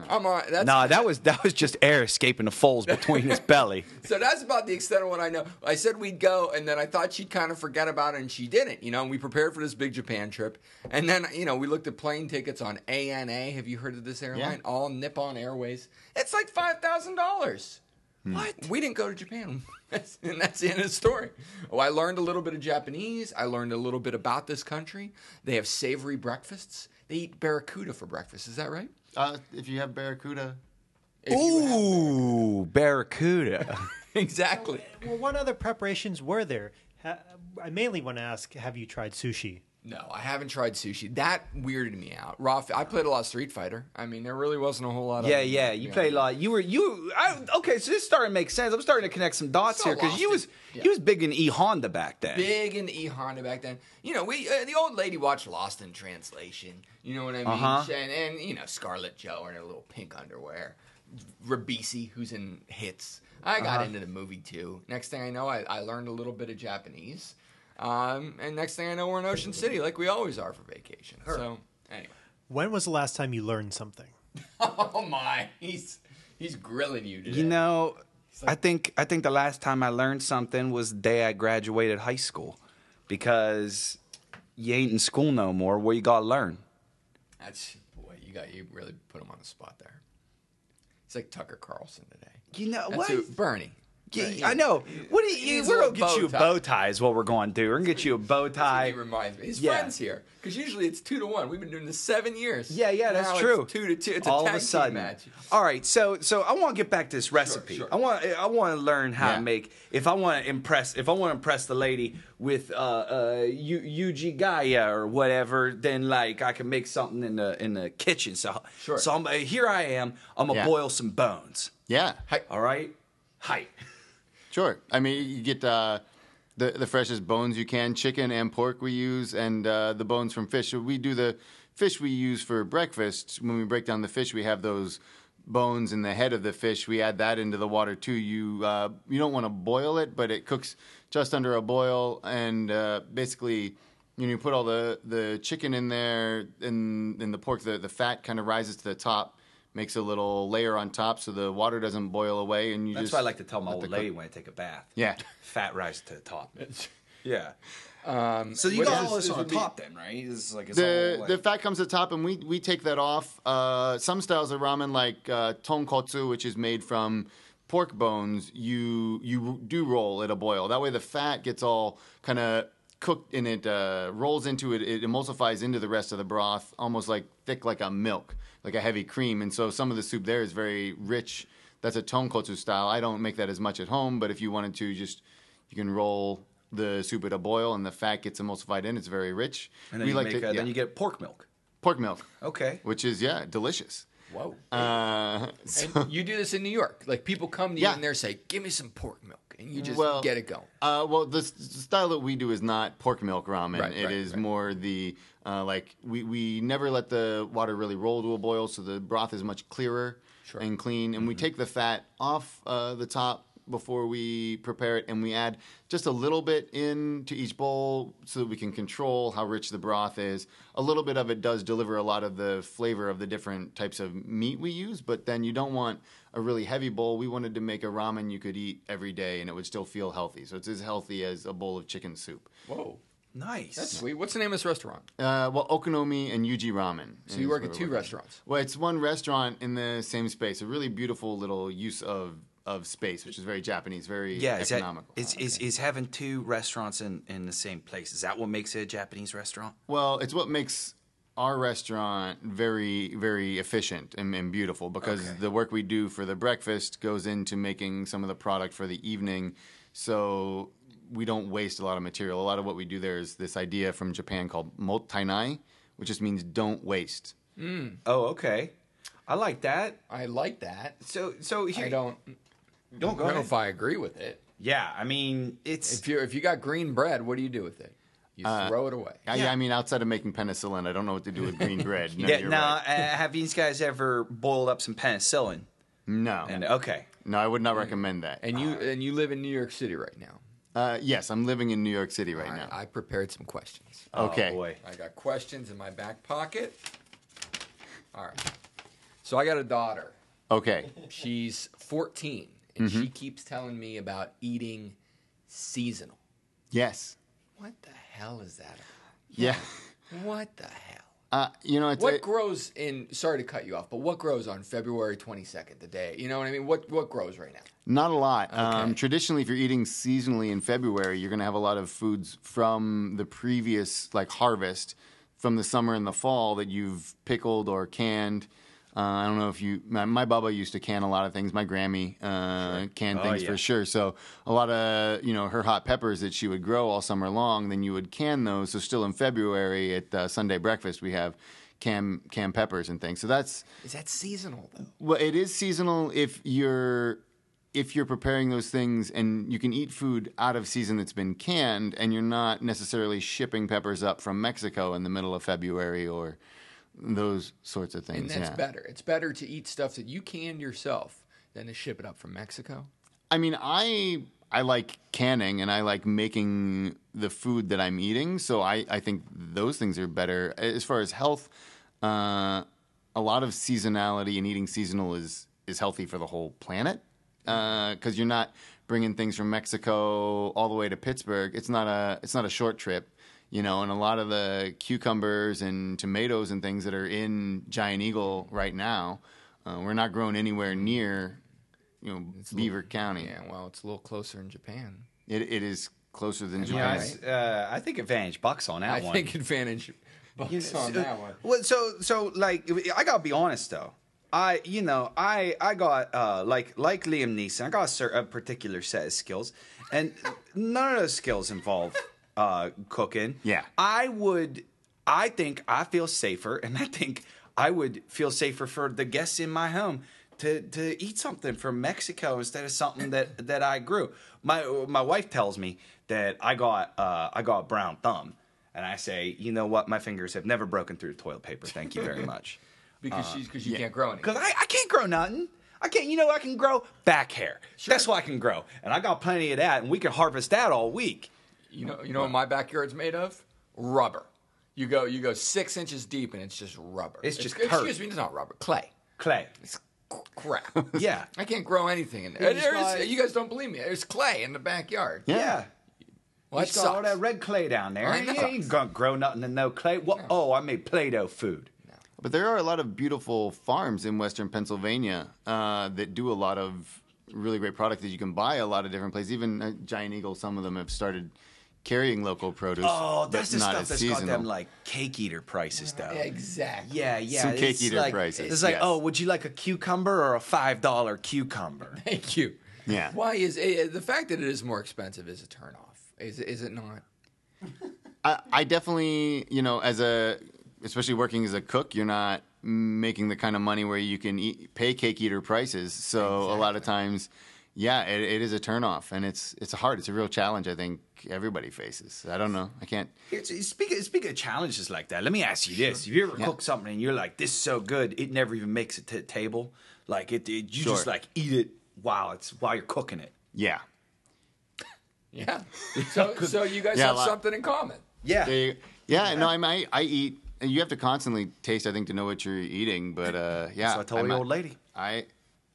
I'm all right. That's
Nah, that was that was just air escaping the folds between his belly.
So that's about the extent of what I know. I said we'd go, and then I thought she'd kind of forget about it, and she didn't. You know, and we prepared for this big Japan trip, and then you know we looked at plane tickets on ANA. Have you heard of this airline?
Yeah.
All Nippon Airways. It's like five thousand dollars. What? We didn't go to Japan, That's- and that's the end of the story. Oh, I learned a little bit of Japanese. I learned a little bit about this country. They have savory breakfasts. They eat barracuda for breakfast. Is that right?
Uh, if you have barracuda,
If you have-
Ooh, barracuda.
exactly.
well, what other preparations were there? Ha- I mainly want to ask: Have you tried sushi?
No, I haven't tried sushi. That weirded me out. Raw. f- I played a lot of Street Fighter. I mean, there really wasn't a whole lot. of
Yeah, yeah. You play like you were you. I, okay, so this starting to make sense. I'm starting to connect some dots
So
here because you was
lost it. Yeah.
you was big in e Honda back then.
big into E Honda back then. You know, we uh, the old lady watched Lost in Translation. You know what I mean?
Uh-huh.
And and you know Scarlett Joe in her little pink underwear, Rabisi who's in Hits. I got
Uh-huh.
into the movie too. Next thing I know, I, I learned a little bit of Japanese. Um, and next thing I know, we're in Ocean City like we always are for vacation. So anyway,
When was the last time you learned something?
oh my, he's he's grilling you today.
You know, I think I think the last time I learned something was the day I graduated high school, because you ain't in school no more. Where you gotta learn?
that's boy, you got you really put him on the spot there. It's like Tucker Carlson today.
You know
That's
what?
who- Bernie.
Yeah,
Bernie,
I know. What do
He
you,
needs a
we're gonna get
little bow
you a
tie.
bow tie is what we're gonna do. We're gonna get you a bow
That's what
tie.
He reminds me. His
Yeah.
friends here, because usually it's two to one. We've been doing this seven years.
Yeah, yeah, that's
Now
true.
It's two to two. It's
all
a tag
of a sudden.
Team match.
All right, so so I want to get back to this recipe.
sure.
I want I want to learn how
Yeah.
to make. If I want to impress, if I want to impress the lady with uh, uh Yu- Yuji Gaia or whatever, then like I can make something in the in the kitchen. So
Sure.
So I'm, uh, here I am. I'm gonna
Yeah.
boil some bones.
Yeah,
All right, hi.
sure. I mean, you get uh, the the freshest bones you can, chicken and pork we use, and uh, the bones from fish. So we do the fish we use for breakfast. When we break down the fish, we have those bones in the head of the fish. We add that into the water too. You uh, you don't want to boil it, but it cooks just under a boil, and uh, basically. You, know, you put all the, the chicken in there, and, and the pork, the, the fat kind of rises to the top, makes a little layer on top, so the water doesn't boil away. And you
That's
just
what I like to tell my
let
old
the
lady
cook-
when I take a bath.
Yeah.
Fat rise to the top. yeah.
Um,
So you
What
got
is
all
this-
this
this
on
would be-
top then, right? It's like it's
the
all like,
the fat comes to the top, and we we take that off. Uh, some styles of ramen, like uh, tonkotsu, which is made from pork bones, you you do roll at a boil. That way, the fat gets all kind of cooked and it uh, rolls into it. It emulsifies into the rest of the broth, almost like thick like a milk, like a heavy cream. And so some of the soup there is very rich. That's a tonkotsu style. I don't make that as much at home, but if you wanted to, just you can roll. The soup at a boil and the fat gets emulsified in. It's very rich.
and then
we
you
like
make
to,
uh,
yeah
then you get pork milk.
pork milk,
Okay.
which is yeah, delicious.
whoa.
Uh,
and you do this in New York. Like people come to you
Yeah.
and they're say, "Give me some pork milk," and you just
Well,
get it going.
uh, well, the s- style that we do is not pork milk ramen.
Right,
It
right,
is
right.
more the uh, like we, we never let the water really roll to a boil, so the broth is much clearer and clean. And we take the fat off uh, the top before we prepare it, and we add just a little bit into each bowl so that we can control how rich the broth is. A little bit of it does deliver a lot of the flavor of the different types of meat we use, but then you don't want a really heavy bowl. We wanted to make a ramen you could eat every day and it would still feel healthy. So it's as healthy as a bowl of chicken soup.
Whoa,
Nice.
that's sweet. What's the name of this restaurant?
Uh, well, Okonomi and Yuji Ramen.
So you
is
work at
where we're
two
working.
restaurants.
Well, it's one restaurant in the same space. A really beautiful little use of, of space, which is very Japanese, very
yeah, is, that,
economical.
is, is is having two restaurants in, in the same place? Is that what makes it a Japanese restaurant?
Well, it's what makes our restaurant very, very efficient and, and beautiful because the work we do for the breakfast goes into making some of the product for the evening. So we don't waste a lot of material. A lot of what we do there is this idea from Japan called motainai, which just means don't waste.
Oh, okay. I like that.
I like that.
So so here
I don't
don't
know if I agree with it.
Yeah, I mean it's
If you if you got green bread, what do you do with it? You throw it away.
I, I mean, outside of making penicillin, I don't know what to do with green bread. No,
yeah,
you're
now
right.
uh, have these guys ever boiled up some penicillin?
no,
And okay.
no, I would not recommend that.
And you and you live in New York City right now.
Uh, yes, I'm living in New York City right
All right,
now.
I prepared some questions.
okay,
Oh, boy.
I got questions in my back pocket. All right. So I got a daughter.
okay,
She's 14, and she keeps telling me about eating seasonal.
yes,
What the hell is that?
yeah.
about? What the hell?
Uh, you know, it's
What
it-
grows in? Sorry to cut you off, but what grows on February 22nd, the day? You know what I mean? What what grows right now?
Not a lot. Um,
Okay.
traditionally, if you're eating seasonally in February, you're going to have a lot of foods from the previous like harvest from the summer and the fall that you've pickled or canned. Uh, I don't know if you, my, my Baba used to can a lot of things. My Grammy uh, canned
Oh,
things
yeah.
for sure. So a lot of you know her hot peppers that she would grow all summer long. Then you would can those. So still in February at uh, Sunday breakfast we have canned canned peppers and things. So that's
Is that seasonal though?
well, it is seasonal if you're if you're preparing those things and you can eat food out of season that's been canned and you're not necessarily shipping peppers up from Mexico in the middle of February or those sorts of things.
And that's
yeah.
better. It's better to eat stuff that you canned yourself than to ship it up from Mexico.
I mean, I I like canning and I like making the food that I'm eating, so I I think those things are better as far as health. Uh, a lot of seasonality and eating seasonal is is healthy for the whole planet because you're not bringing things from Mexico all the way to Pittsburgh. It's not a it's not a short trip. You know, and a lot of the cucumbers and tomatoes and things that are in Giant Eagle right now, uh, we're not grown anywhere near, you know, Beaver County.
Yeah, well, it's a little closer in Japan.
It, it is closer than
Yeah, I
Japan.
s- uh, I think advantage bucks on that
I
one.
think advantage bucks on that one.
Well, so so like I gotta be honest though. I you know I I got uh, like like Liam Neeson. I got a, cer- a particular set of skills, and none of those skills involve uh, cooking.
Yeah.
I would. I think I feel safer, and I think I would feel safer for the guests in my home. To, to eat something from Mexico instead of something that, that I grew. My my wife tells me that I got uh, I got a brown thumb, and I say, you know what? My fingers have never broken through toilet paper. Thank you very much.
Because she's because you can't grow anything.
Because I, I can't grow nothing. I can't, you know what I can grow? Back hair. That's what I can grow. And I got plenty of that, and we can harvest that all week.
You know, you know what my backyard's made of? Rubber. You go, you go six inches deep, and it's just rubber.
It's just
excuse
dirt.
me, it's not rubber, clay.
Clay.
It's c- crap.
Yeah.
I can't grow anything in there.
just
There is-
like-
you guys don't believe me. There's clay in the backyard.
Yeah.
well, that
It's got all
sucks.
that red clay down there.
I
You
know.
ain't gonna grow nothing and no clay. Well, Oh, I made Play Doh food.
But there are a lot of beautiful farms in western Pennsylvania uh, that do a lot of really great product that you can buy a lot of different places. Even uh, Giant Eagle, some of them have started carrying local produce.
Oh,
but
that's the
not
stuff
as
that's
seasonal.
got them like cake eater prices, though.
exactly.
Yeah, yeah.
Some cake
it's
eater
like-
prices,
It's like,
yes.
oh, would you like a cucumber or a five dollar cucumber?
Thank you.
Yeah.
Why is eh, the fact that it is more expensive is a turnoff? Is is it not?
I, I definitely, you know, as a, especially working as a cook, you're not making the kind of money where you can eat, pay cake eater prices. So a lot of times, yeah, it, it is a turnoff, and it's it's hard. It's a real challenge. I think everybody faces. I don't know. I can't.
It's, it's- speaking, speaking of challenges like that, let me ask you this: Have you ever cooked something and you're like, "This is so good, it never even makes it to the table"? Like it, it you just
Sure.
like eat it while it's while you're cooking it.
Yeah.
Yeah. So so you guys
Yeah,
have
a lot.
something in common.
Yeah,
There you- yeah. No, I mean, I, I eat. and You have to constantly taste, I think, to know what you're eating. But uh, yeah,
so I told
I'm
the
a-
old lady.
I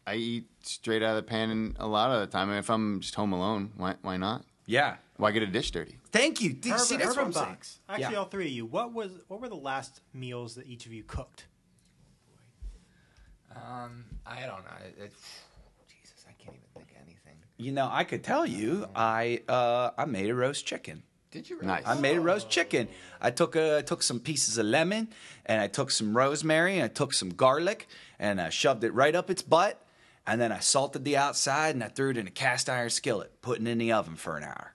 I eat straight out of the pan and a lot of the time. And if I'm just home alone, why why not?
Yeah,
Why get a dish dirty?
thank you. Did-
Urban,
See, that's what
Urban
I'm saying.
Box. Actually,
Yeah.
all three of you. What was what were the last meals that each of you cooked?
Um, I don't know. It- it- Jesus, I can't even think of anything.
You know, I could tell
Oh.
you, I uh, I made a roast chicken.
Did you really?
Nice.
I made a roast chicken. I took a, I took some pieces of lemon and I took some rosemary and I took some garlic and I shoved it right up its butt and then I salted the outside and I threw it in a cast iron skillet, putting it in the oven for an hour.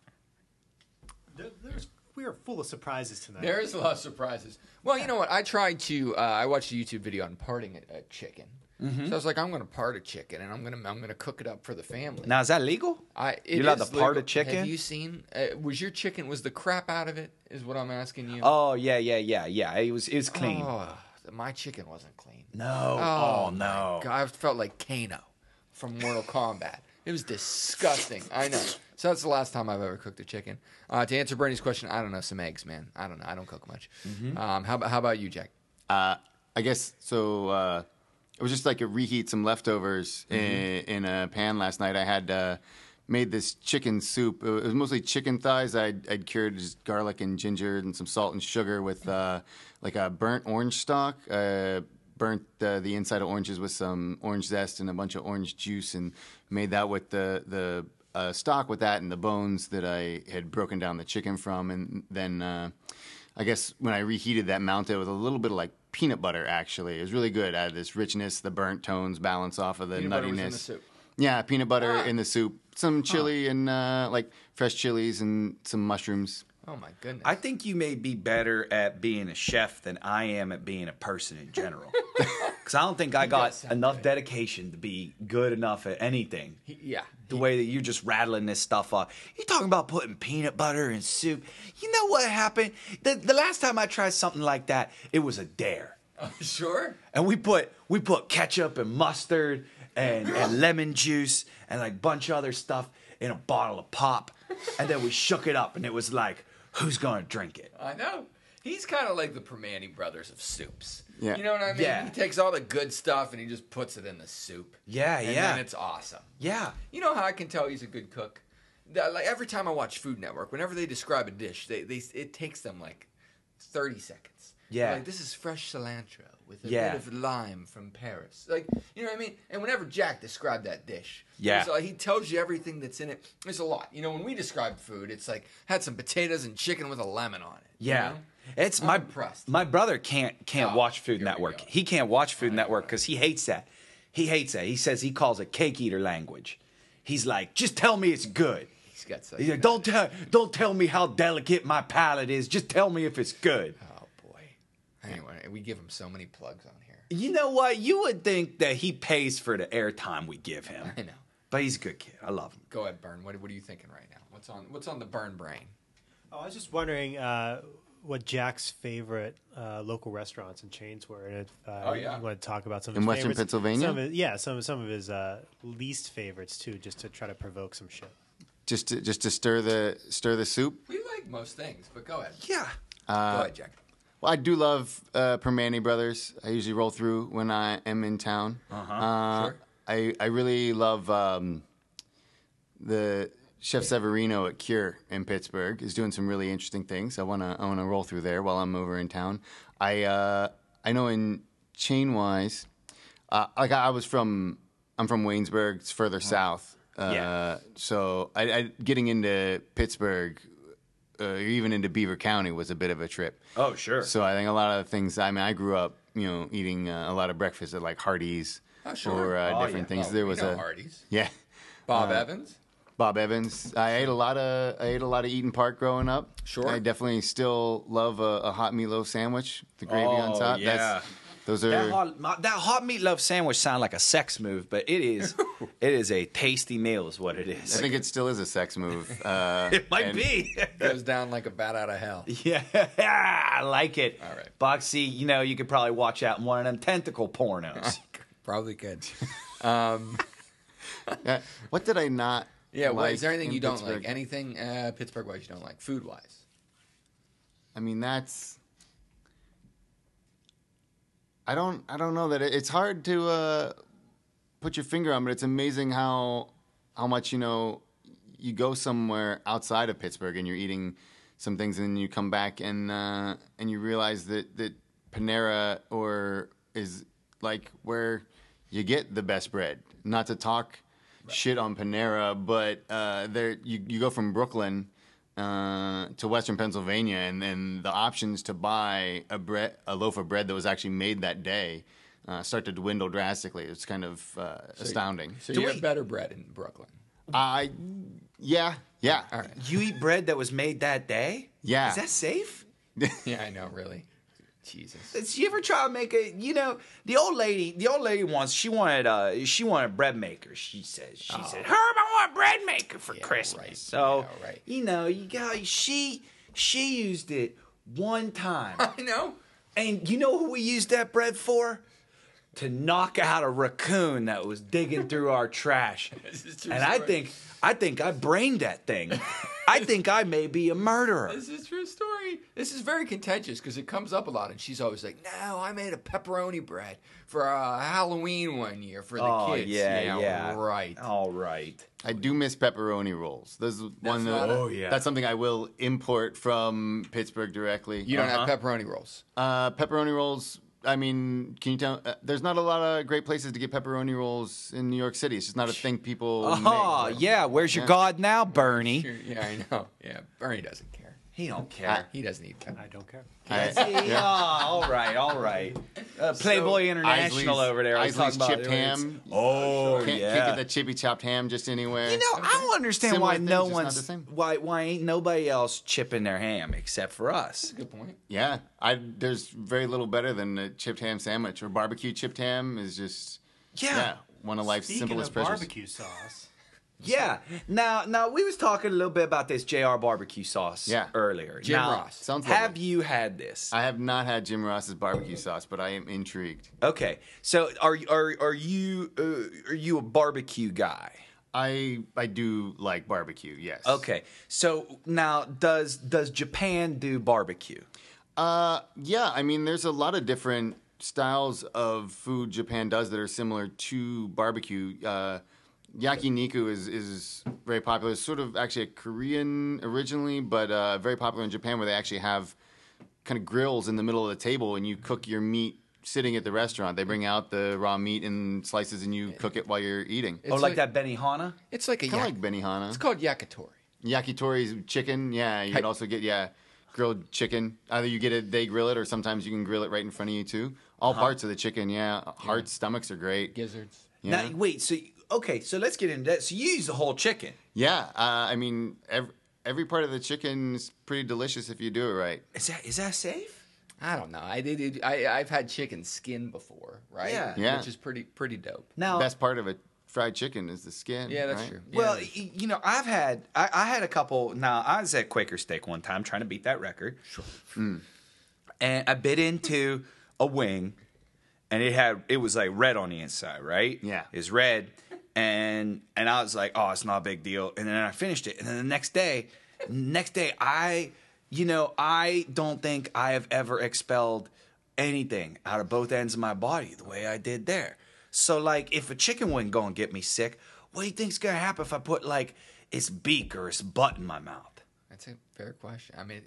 There, there's, we are full of surprises tonight.
There is a lot of surprises. Well, you know what? I tried to. Uh, I watched a YouTube video on parting a, a chicken. So I was like, I'm going to part a chicken, and I'm going to I'm going to cook it up for the family.
Now is that legal?
I, it
You're allowed
is
to part a
legal. Have
chicken?
you seen? Uh, was your chicken? Was the crap out of it? Is what I'm asking you.
Oh yeah, yeah, yeah, yeah. It was it was clean.
Oh, my chicken wasn't clean.
No.
Oh,
Oh, no.
God, I felt like Kano from Mortal Kombat. It was disgusting. I know. So that's the last time I've ever cooked a chicken. Uh, to answer Bernie's question, I don't know. Some eggs, man. I don't know. I don't cook much.
Mm-hmm.
Um, how about how about you, Jack?
Uh, I guess so. Uh, it was just like a reheat some leftovers
Mm-hmm.
i in, a pan last night. I had uh, made this chicken soup. It was mostly chicken thighs. I'd, I'd cured just garlic and ginger and some salt and sugar with uh, like a burnt orange stalk. Uh, burnt uh, the inside of oranges with some orange zest and a bunch of orange juice, and made that with the the uh, stock with that and the bones that I had broken down the chicken from, and then. Uh, I guess when I reheated that, mounted with a little bit of like peanut butter. Actually, it was really good. Added this richness, the burnt tones, balance off of the
Peanut butter
nuttiness.
was in the soup. Ah.
Yeah, peanut butter in the soup, some chili and uh, like fresh chilies and some mushrooms.
Oh my goodness.
I think you may be better at being a chef than I am at being a person in general. Because I don't think I got enough dedication to be good enough at anything.
He- yeah.
The way that you're just rattling this stuff off. You're talking about putting peanut butter in soup. You know what happened? The, the last time I tried something like that, it was a dare.
sure.
And we put we put ketchup and mustard and, and lemon juice and like bunch of other stuff in a bottle of pop. And then we shook it up and it was like, who's gonna drink it?
I know. He's kind of like the Permani brothers of soups.
Yeah.
You know what I mean?
Yeah.
He takes all the good stuff and he just puts it in the soup.
Yeah,
and
yeah.
And it's awesome.
Yeah.
You know how I can tell he's a good cook? That, like every time I watch Food Network, whenever they describe a dish, they, they it takes them like thirty seconds. They're
Yeah.
Like this is fresh cilantro with a
Yeah.
bit of lime from Paris. Like you know what I mean? And whenever Jack described that dish,
Yeah.
it's like he tells you everything that's in it. There's a lot. You know, when we describe food, it's like had some potatoes and chicken with a lemon on it. you
Yeah.
know?
It's
I'm
my
impressed.
my brother can't can't
Oh,
watch Food
here we
Network.
go. Oh,
He can't watch Food Network because he hates that. He hates that. He says he calls it cake eater language. He's like, just tell me it's good.
He's got such.
He's like, don't tell don't tell me how delicate my palate is. Just tell me if it's good.
Oh boy. Anyway, we give him so many plugs on here.
You know what? You would think that he pays for the airtime we give him.
I know.
But he's a good kid. I love him.
Go ahead, Burn. What, what are you thinking right now? What's on What's on the Burn brain?
Oh, I was just wondering uh, what Jack's favorite uh, local restaurants and chains were, and if uh,
Oh, yeah.
you want to talk about some of
In
his
Western
favorites.
Pennsylvania?
Some of his, yeah, some some of his uh, least favorites too, just to try to provoke some shit.
Just to, just to stir the stir the soup.
We like most things, but go ahead.
Yeah.
go ahead, Jack.
Well, I do love uh, Permani Brothers. I usually roll through when I am in town. Uh-huh.
Sure.
I I really love um, the Chef Severino at Cure in Pittsburgh is doing some really interesting things. I wanna I wanna roll through there while I'm over in town. I uh, I know in chain wise, uh, like I, I was from I'm from Waynesburg, it's further south. Uh,
Yeah.
So I, I getting into Pittsburgh. Uh, even into Beaver County was a bit of a trip.
Oh, sure.
So I think a lot of the things. I mean, I grew up, you know, eating uh, a lot of breakfast at like Hardee's
Oh, sure.
or uh,
Oh,
different
yeah.
things.
Oh,
there
we
was
know
a
Hardee's.
yeah,
Bob Evans.
Bob Evans. I ate a lot of I ate a lot of Eaton Park growing up.
Sure.
I definitely still love a, a hot meatloaf sandwich, the gravy
Oh,
on top. That's,
yeah.
those are
That hot, my- that hot meatloaf sandwich sound like a sex move, but it is it is a tasty meal, is what it
I
is.
think it still is a sex move. Uh,
It might
and-
be.
Goes down like a bat out of hell.
yeah, I like it.
All right.
Boxy, you know, you could probably watch out in one of them tentacle pornos.
Probably could. Um,
uh, what did I not?
Yeah. well,
like
is there anything
in
you don't
Pittsburgh?
like? Anything uh, Pittsburgh wise you don't like? Food wise.
I mean, that's. I don't. I don't know that it, it's hard to uh, put your finger on, but it's amazing how how much you know. You go somewhere outside of Pittsburgh and you're eating some things, and then you come back and uh, and you realize that that Panera or is like where you get the best bread. Not to talk shit on Panera, but uh, there you you go from Brooklyn uh, to Western Pennsylvania, and then the options to buy a bre- a loaf of bread that was actually made that day uh, start to dwindle drastically. It's kind of uh, astounding.
So you have better bread in Brooklyn.
I, yeah, yeah.
All right.
you eat bread that was made that day?
Yeah.
Is that safe?
Yeah, I know. Really. Jesus.
Did she ever try to make a you know the old lady the old lady once she wanted uh she wanted bread maker she says she said Herb I want bread maker for Christmas
Oh. right.
so
Yeah, right.
you know you got she she used it one time
I know.
and you know who we used that bread for to knock out a raccoon that was digging through our trash
This is true
and I
story.
think I think I brained that thing I think I may be a murderer
This is a true story. This is very contentious because it comes up a lot, and she's always like, "No, I made a pepperoni bread for uh, Halloween one year for the
oh
kids."
yeah yeah Oh,
right.
all right.
I do miss pepperoni rolls. This is one.
not
That,
a- Oh,
yeah.
That's something I will import from Pittsburgh directly.
You don't have pepperoni rolls.
Uh, pepperoni rolls. I mean, can you tell? Uh, there's not a lot of great places to get pepperoni rolls in New York City. It's just not a thing people.
Oh,
make.
yeah. Where's your God now, Bernie?
You're- yeah, I know. Yeah, Bernie doesn't care.
He don't care.
He doesn't eat that.
I don't care.
Yes, he- oh, all right, all right. Uh, Playboy International
Isley's-
over there. I was
Isley's
talking about
chipped
earlier.
ham.
Oh,
Can't,
yeah.
can't get that chippy chopped ham just anywhere.
You know, I don't understand
Similar
why
thing,
no
just not
one's
the same.
why why ain't nobody else chipping their ham except for us.
Good point.
Yeah, I there's very little better than a chipped ham sandwich or barbecue chipped ham is just
Yeah.
one of life's
Speaking
simplest
of
pleasures.
barbecue sauce,
Yeah. Now now we was talking a little bit about this JR barbecue sauce
Yeah.
earlier.
Jim
Now,
Ross.
Sounds
have
lovely.
you had this?
I have not had Jim Ross's barbecue sauce, but I am intrigued.
okay. So are are are you uh, are you a barbecue guy?
I I do like barbecue. Yes.
Okay. So now does does Japan do barbecue?
Uh, yeah, I mean, there's a lot of different styles of food Japan does that are similar to barbecue. Uh, yakiniku is, is very popular. It's sort of actually a Korean originally, but uh, very popular in Japan where they actually have kind of grills in the middle of the table and you cook your meat sitting at the restaurant. They bring out the raw meat in slices and you cook it while you're eating.
oh,
Kind
like, that Benihana?
It's like a
of
yak-
like Benihana.
It's called yakitori.
Yakitori's chicken. Yeah, you
Hey.
could also get yeah, grilled chicken. Either you get it, they grill it, or sometimes you can grill it right in front of you too. All parts of the chicken. Yeah, hearts, stomachs are great.
Gizzards.
Yeah,
Now wait. So okay. So let's get into that. So you use the whole chicken.
yeah. Uh, I mean, every, every part of the chicken is pretty delicious if you do it right.
Is that is that safe?
I don't know. I did. I I've had chicken skin before, right?
Yeah.
Yeah.
Which is pretty pretty dope.
Now
Best part of a fried chicken is the skin.
Yeah, that's
right?
true. Yeah,
Well,
that's
y- you know, I've had I, I had a couple. Now I was at Quaker Steak one time trying to beat that record, sure. and I bit into a wing, and it had it was like red on the inside, right?
Yeah.
it's red, and and I was like, oh, it's not a big deal. And then I finished it, and then the next day, next day I, you know, I don't think I have ever expelled anything out of both ends of my body the way I did there. So like, if a chicken wing gonna get me sick, what do you think's gonna happen if I put like its beak or its butt in my mouth?
That's a fair question. I mean,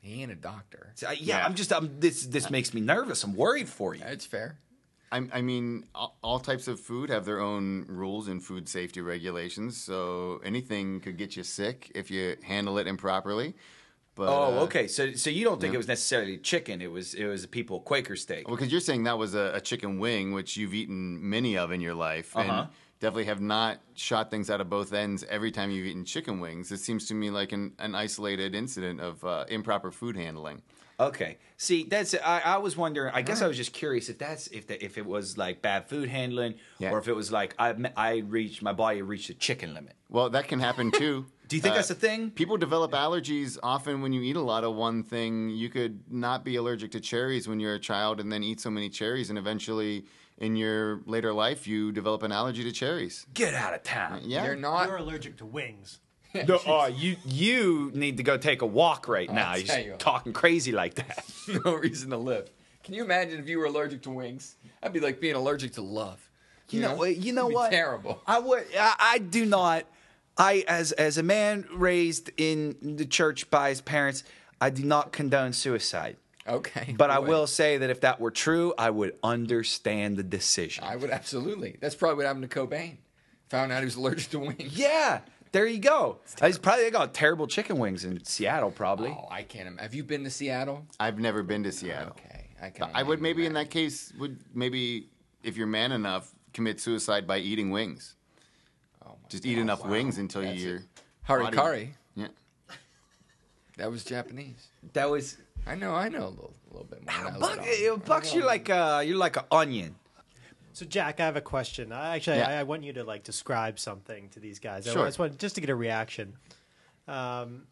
he ain't a doctor.
I- yeah,
Yeah.
I'm just I'm, this this makes me nervous. I'm worried for you.
It's fair.
I, I mean, all, all types of food have their own rules and food safety regulations. So anything could get you sick if you handle it improperly. But
Oh,
uh,
okay. So so you don't think it was necessarily chicken? It was it was the people Quaker steak.
Because you're saying that was a, a chicken wing, which you've eaten many of in your life,
Uh-huh.
and definitely have not shot things out of both ends every time you've eaten chicken wings. It seems to me like an, an isolated incident of uh, improper food handling.
Okay. See, that's I, I was wondering. I guess I was just curious if that's if the, if it was like bad food handling
Yeah.
or if it was like I me- I reached my body reached the chicken limit.
Well, that can happen too.
Do you think
Uh,
that's a thing?
People develop allergies often when you eat a lot of one thing. You could not be allergic to cherries when you're a child and then eat so many cherries, and eventually in your later life, you develop an allergy to cherries.
Get out of town.
Yeah.
You're not.
you're allergic to wings.
No, uh, you you need to go take a walk right now.
I'll
You're
tell
just
you.
talking crazy like that.
no reason to live. Can you imagine if you were allergic to wings? That'd be like being allergic to love.
You know, what- you know
It'd be
what?
Terrible.
I would. I, I do not. I as as a man raised in the church by his parents, I do not condone suicide.
Okay.
But I
Boy.
will say that if that were true, I would understand the decision.
I would absolutely. That's probably what happened to Cobain. Found out he was allergic to wings.
yeah, there you go. It's probably they got terrible chicken wings in Seattle, probably.
Oh, I can't. Im- Have you been to Seattle?
I've never been
Ah,
to Seattle.
Okay. I can.
I would maybe in that case would maybe if you're man enough commit suicide by eating wings.
Oh
Just eat enough wings until
That's
you're
it. Harikari.
body- Yeah.
That was Japanese.
That was.
I know. I know a little, a little bit more. than I let
Buck,
on.
it- it- Bucks, you're like a, you're like an onion.
So Jack, I have a question. I actually,
Yeah.
I, I want you to like describe something to these guys.
Sure.
I just want just to get a reaction. Um,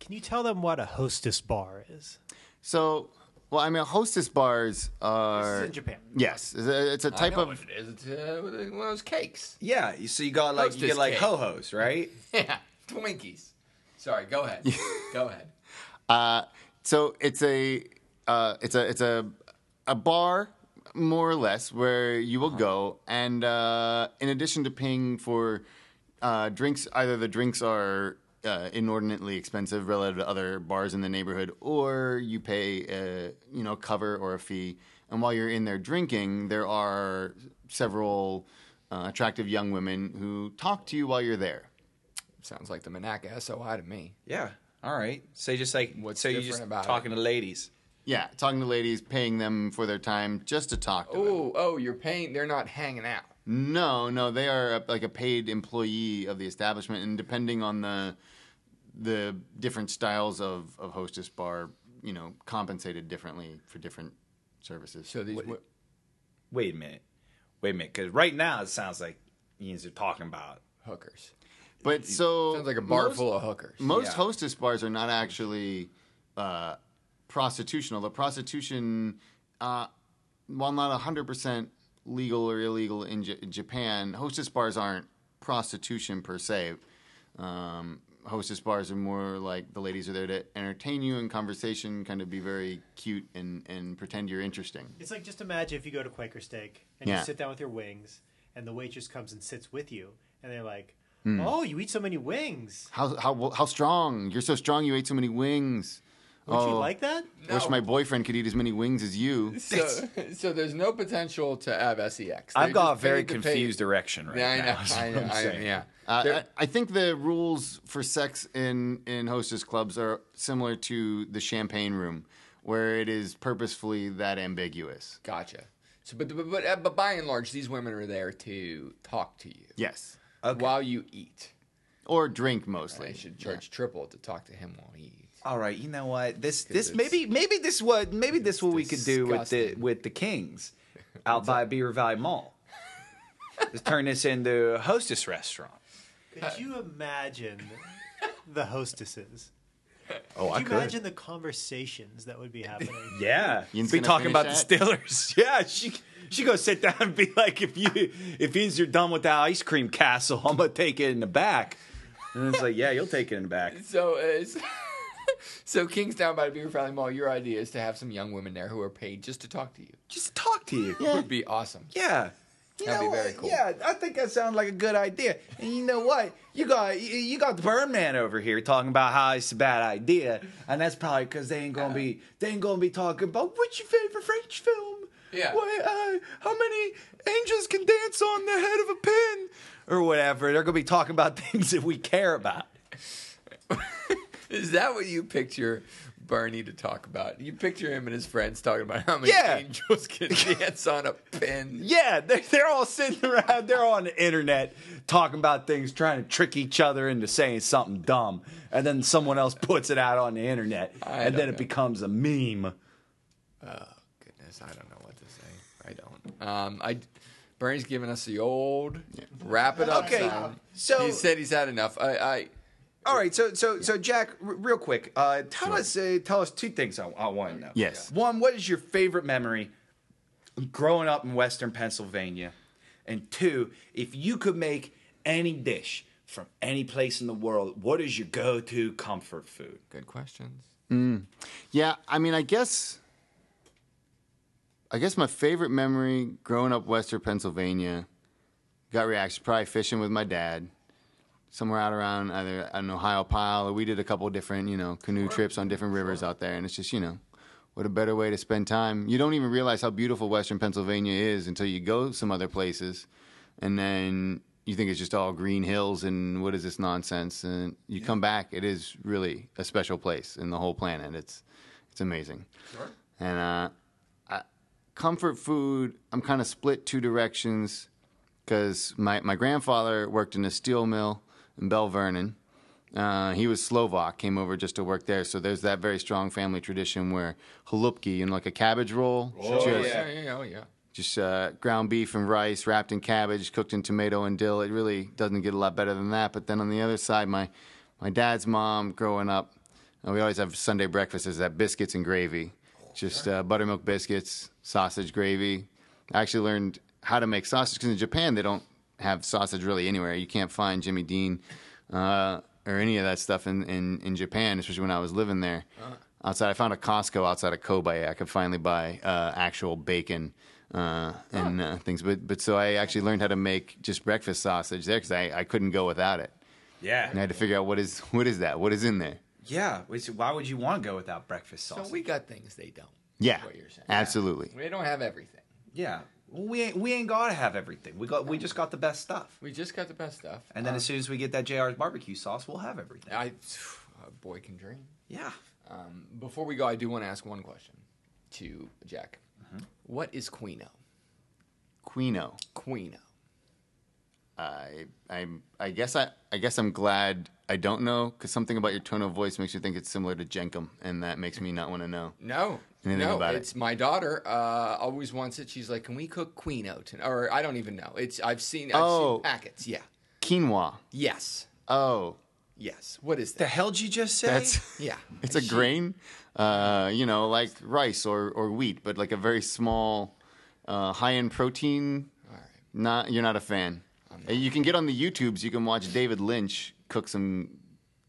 can you tell them what a hostess bar is?
So, well, I mean, hostess bars
This
are
is in Japan.
yes, it's a, it's a
I
type
know what
of
it is. It's uh, one of those cakes.
Yeah, so you got like you
Hostess
get like
cake.
ho hos, right?
Yeah. Twinkies. Sorry. Go ahead. go ahead.
uh, so it's a uh, it's a it's a a bar more or less where you will go and uh, in addition to paying for uh, drinks either the drinks are uh, inordinately expensive relative to other bars in the neighborhood or you pay a you know cover or a fee and while you're in there drinking there are several uh, attractive young women who talk to you while you're there
Sounds like the Manaka SOI to me.
Yeah, All right. So just like
What's
so you
different
just
about it?
talking to ladies.
Yeah, talking to ladies, paying them for their time just to talk to them.
Oh, oh, you're paying. They're not hanging out.
No, no, they are a, like a paid employee of the establishment, and depending on the the different styles of, of hostess bar, you know, compensated differently for different services.
So these. wo-
Wait a minute. Wait a minute. Because right now it sounds like you are talking about.
hookers.
but so
Sounds like a bar
most-
full of hookers.
Most
Yeah.
hostess bars are not actually uh, prostitutional. The prostitution, uh, while not 100% legal or illegal in, J- in Japan, hostess bars aren't prostitution per se. Um, hostess bars are more like the ladies are there to entertain you in conversation, kind of be very cute and, and pretend you're interesting.
It's like just imagine if you go to Quaker Steak and
Yeah.
you sit down with your wings, and the waitress comes and sits with you, and they're like, "Oh, you eat so many wings.
How, how, how strong? You're so strong, you ate so many wings.
Would you
Oh,
like that?"
Wish
No.
my boyfriend could eat as many wings as you.
So, so there's no potential to have sex. They
I've got a
just
very
paid to pay-
confused direction right
Yeah, I
now.
know.
is
I
what
know.
I'm
I-
saying.
yeah.
Uh,
There-
I I think the rules for sex in, in hostess clubs are similar to the champagne room, where it is purposefully that ambiguous.
gotcha. So, but, but uh, but but by and large, these women are there to talk to you
Yes.
while you eat.
Or drink
They
mostly.
should charge triple to talk to him while he eats.
All right, you know what? This this
it's-
maybe maybe this what maybe this what we could do with the
disgusting.
with the Kings out by Beaver Valley Mall. Just turn this into a hostess restaurant.
Could you imagine the hostesses?
Oh,
Could you imagine the conversations that would be happening?
Yeah,
Yin's
be
gonna
talking about
finish
the Steelers. Yeah, she she go sit down and be like, if you if Yin's you're done with that ice cream castle, I'm gonna take it in the back. And it's like, yeah, you'll take it in the back.
So is. So Kingstown by the Beaver Valley Mall, your idea is to have some young women there who are paid just to talk to you.
Just talk to you.
Would be awesome.
Yeah. You
That'd be
know
very
what?
cool.
Yeah, I think that sounds like a good idea. And you know what? You got you- you got the Burn Man over here talking about how it's a bad idea, and that's probably because they ain't gonna be
Uh-huh.
they ain't gonna be talking about what's your favorite French film?
Yeah.
What, uh, how many angels can dance on the head of a pin or whatever? They're gonna be talking about things that we care about.
Is that what you picture Bernie to talk about? You picture him and his friends talking about how many
Yeah.
angels can dance on a pin.
Yeah, they're, they're all sitting around, they're on the internet talking about things, trying to trick each other into saying something dumb. And then someone else puts it out on the internet,
I
and then
don't
it
know.
becomes a meme.
Oh goodness, I don't know what to say. I don't. Um, I Bernie's giving us the old wrap it up.
Okay,
son.
so-
he said he's had enough. I, I
All right, so so so Jack, r- real quick, uh, tell us uh, tell us two things I, I want to know.
Yes.
One, what is your favorite memory growing up in Western Pennsylvania? And two, if you could make any dish from any place in the world, what is your go-to comfort food?
good questions.
Yeah, I mean, I guess, I guess my favorite memory growing up Western Pennsylvania, gut reaction, probably fishing with my dad, somewhere out around either an Ohio Pile, or we did a couple different, you know, canoe trips on different rivers out there, and it's just, you know, what a better way to spend time. You don't even realize how beautiful Western Pennsylvania is until you go some other places, and then. You think it's just all green hills and what is this nonsense? And you come back, it is really a special place in the whole planet. It's it's amazing. And uh, I, comfort food, I'm kind of split two directions because my, my grandfather worked in a steel mill in Bell Vernon. Uh, he was Slovak, came over just to work there. So there's that very strong family tradition where halupki and like a cabbage roll,
Oh,
just,
yeah, yeah, yeah, oh, yeah.
just uh, ground beef and rice wrapped in cabbage, cooked in tomato and dill. It really doesn't get a lot better than that. But then on the other side, my my dad's mom growing up, uh, we always have Sunday breakfast is that biscuits and gravy, just uh, buttermilk biscuits, sausage gravy. I actually learned how to make sausage because in Japan they don't have sausage really anywhere. You can't find Jimmy Dean uh, or any of that stuff in, in, in Japan, especially when I was living there.
Uh-huh.
Outside, I found a Costco outside of Kobe. I could finally buy uh, actual bacon uh, and uh, things. But but so I actually learned how to make just breakfast sausage there because I, I couldn't go without it.
Yeah,
And I had to figure out what is what is that? What is in there?
yeah. which- Why would you want to go without breakfast sausage?
So we got things they don't.
Yeah,
What you're saying.
absolutely.
We don't have everything.
Yeah, we ain't we ain't gotta have everything. We got we just got the best stuff.
We just got the best stuff. Uh,
And then as soon as we get that JR's barbecue sauce, we'll have everything.
I A boy can dream.
Yeah.
Um, before we go, I do want to ask one question to Jack. What is Quino?
Quino.
Quino.
I I'm I guess I I guess I'm glad I don't know because something about your tone of voice makes you think it's similar to Jenkum, and that makes me not want to know.
No,
Anything
no,
about it?
it's my daughter. Uh, always wants it. She's like, "Can we cook quinoa?" Tonight? Or I don't even know. It's I've seen. I've
Oh.
seen packets. Yeah.
Quinoa.
Yes.
Oh,
Yes. What is
The
that?
hell did you just say?
that's
Yeah.
it's a grain, uh, you know, like rice or or wheat, but like a very small, uh, high in protein. Not you're not a fan. Uh, You can get on the YouTubes. You can watch David Lynch cook some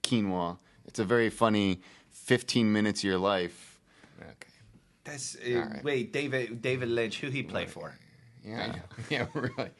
quinoa. It's a very funny 15 minutes of your life.
Okay.
That's uh,
right.
wait, David David Lynch, who he play for?
Yeah. I know. Yeah. Really.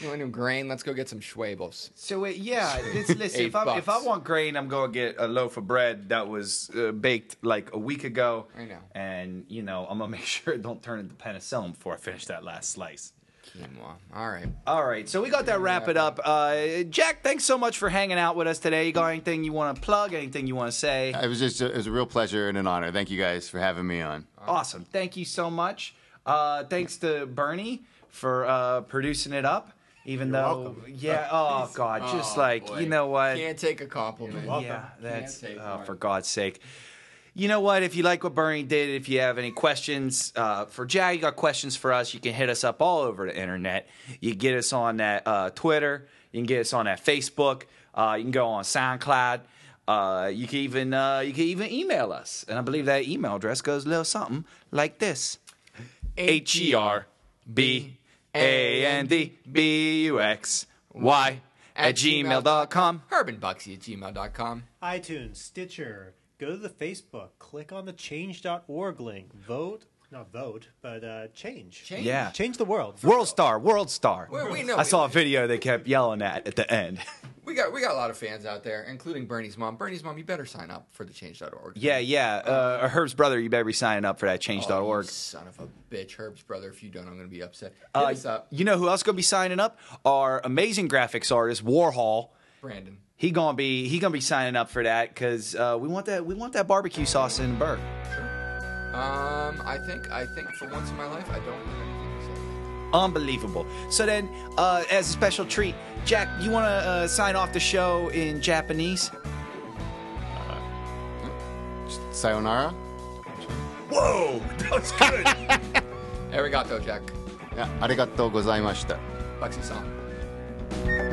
You want to grain? Let's go get some schwabels.
So uh, yeah, this, listen.
Eight
if I if I
bucks.
want grain, I'm going to get a loaf of bread that was uh, baked like a week ago.
I know.
And you know, I'm gonna make sure it don't turn into penicillin before I finish that last slice.
Quinoa. All right.
All right, so we got that wrap it up. Uh, Jack, thanks so much for hanging out with us today. You got anything you want to plug? Anything you want to say?
Uh,
It was just it was a real pleasure and an honor. Thank you guys for having me on.
Awesome. Thank you so much. Uh, thanks to Bernie for uh, producing it up. Even though, yeah. Oh God, just
Oh,
like
boy.
you know what?
Can't take a compliment.
E
Yeah, that's
Can't take
oh,
one.
for God's sake. You know what? If you like what Bernie did, if you have any questions uh, for Jack, you got questions for us, you can hit us up all over the internet. You can get us on that uh, Twitter. You can get us on that Facebook. Uh, you can go on SoundCloud. Uh, you can even uh, you can even email us, and I believe that email address goes a little something like this: H E R B A N D B U X Y at gmail.com.
Herbanbucksy at gmail.com.
iTunes, Stitcher. Go to the Facebook. Click on the change.org link. Vote, not vote, but uh, change.
Change.
Yeah.
Change the world.
World star, world star.
Well, we know-
I saw a video they kept yelling at at the end.
We got we got a lot of fans out there, including Bernie's mom. Bernie's mom, you better sign up for the change.org.
Yeah, yeah. Uh, Herb's brother, you better be signing up for that
Oh, you
change.org.
Son of a bitch, Herb's brother. If you don't, I'm gonna be upset. Hit
Uh,
us up,
You know who else gonna be signing up? Our amazing graphics artist Warhol.
Brandon.
He gonna be he gonna be signing up for that because uh, we want that we want that barbecue sauce in Burke.
Um, I think I think for once in my life, I don't want anything.
Unbelievable. So then, uh, as a special treat, Jack, you wanna uh, sign off the show in Japanese?
Sayonara.
Whoa, that was good.
So. Arigato, Jack.
Yeah, Arigatou gozaimashita.
Buxy song.
Bye.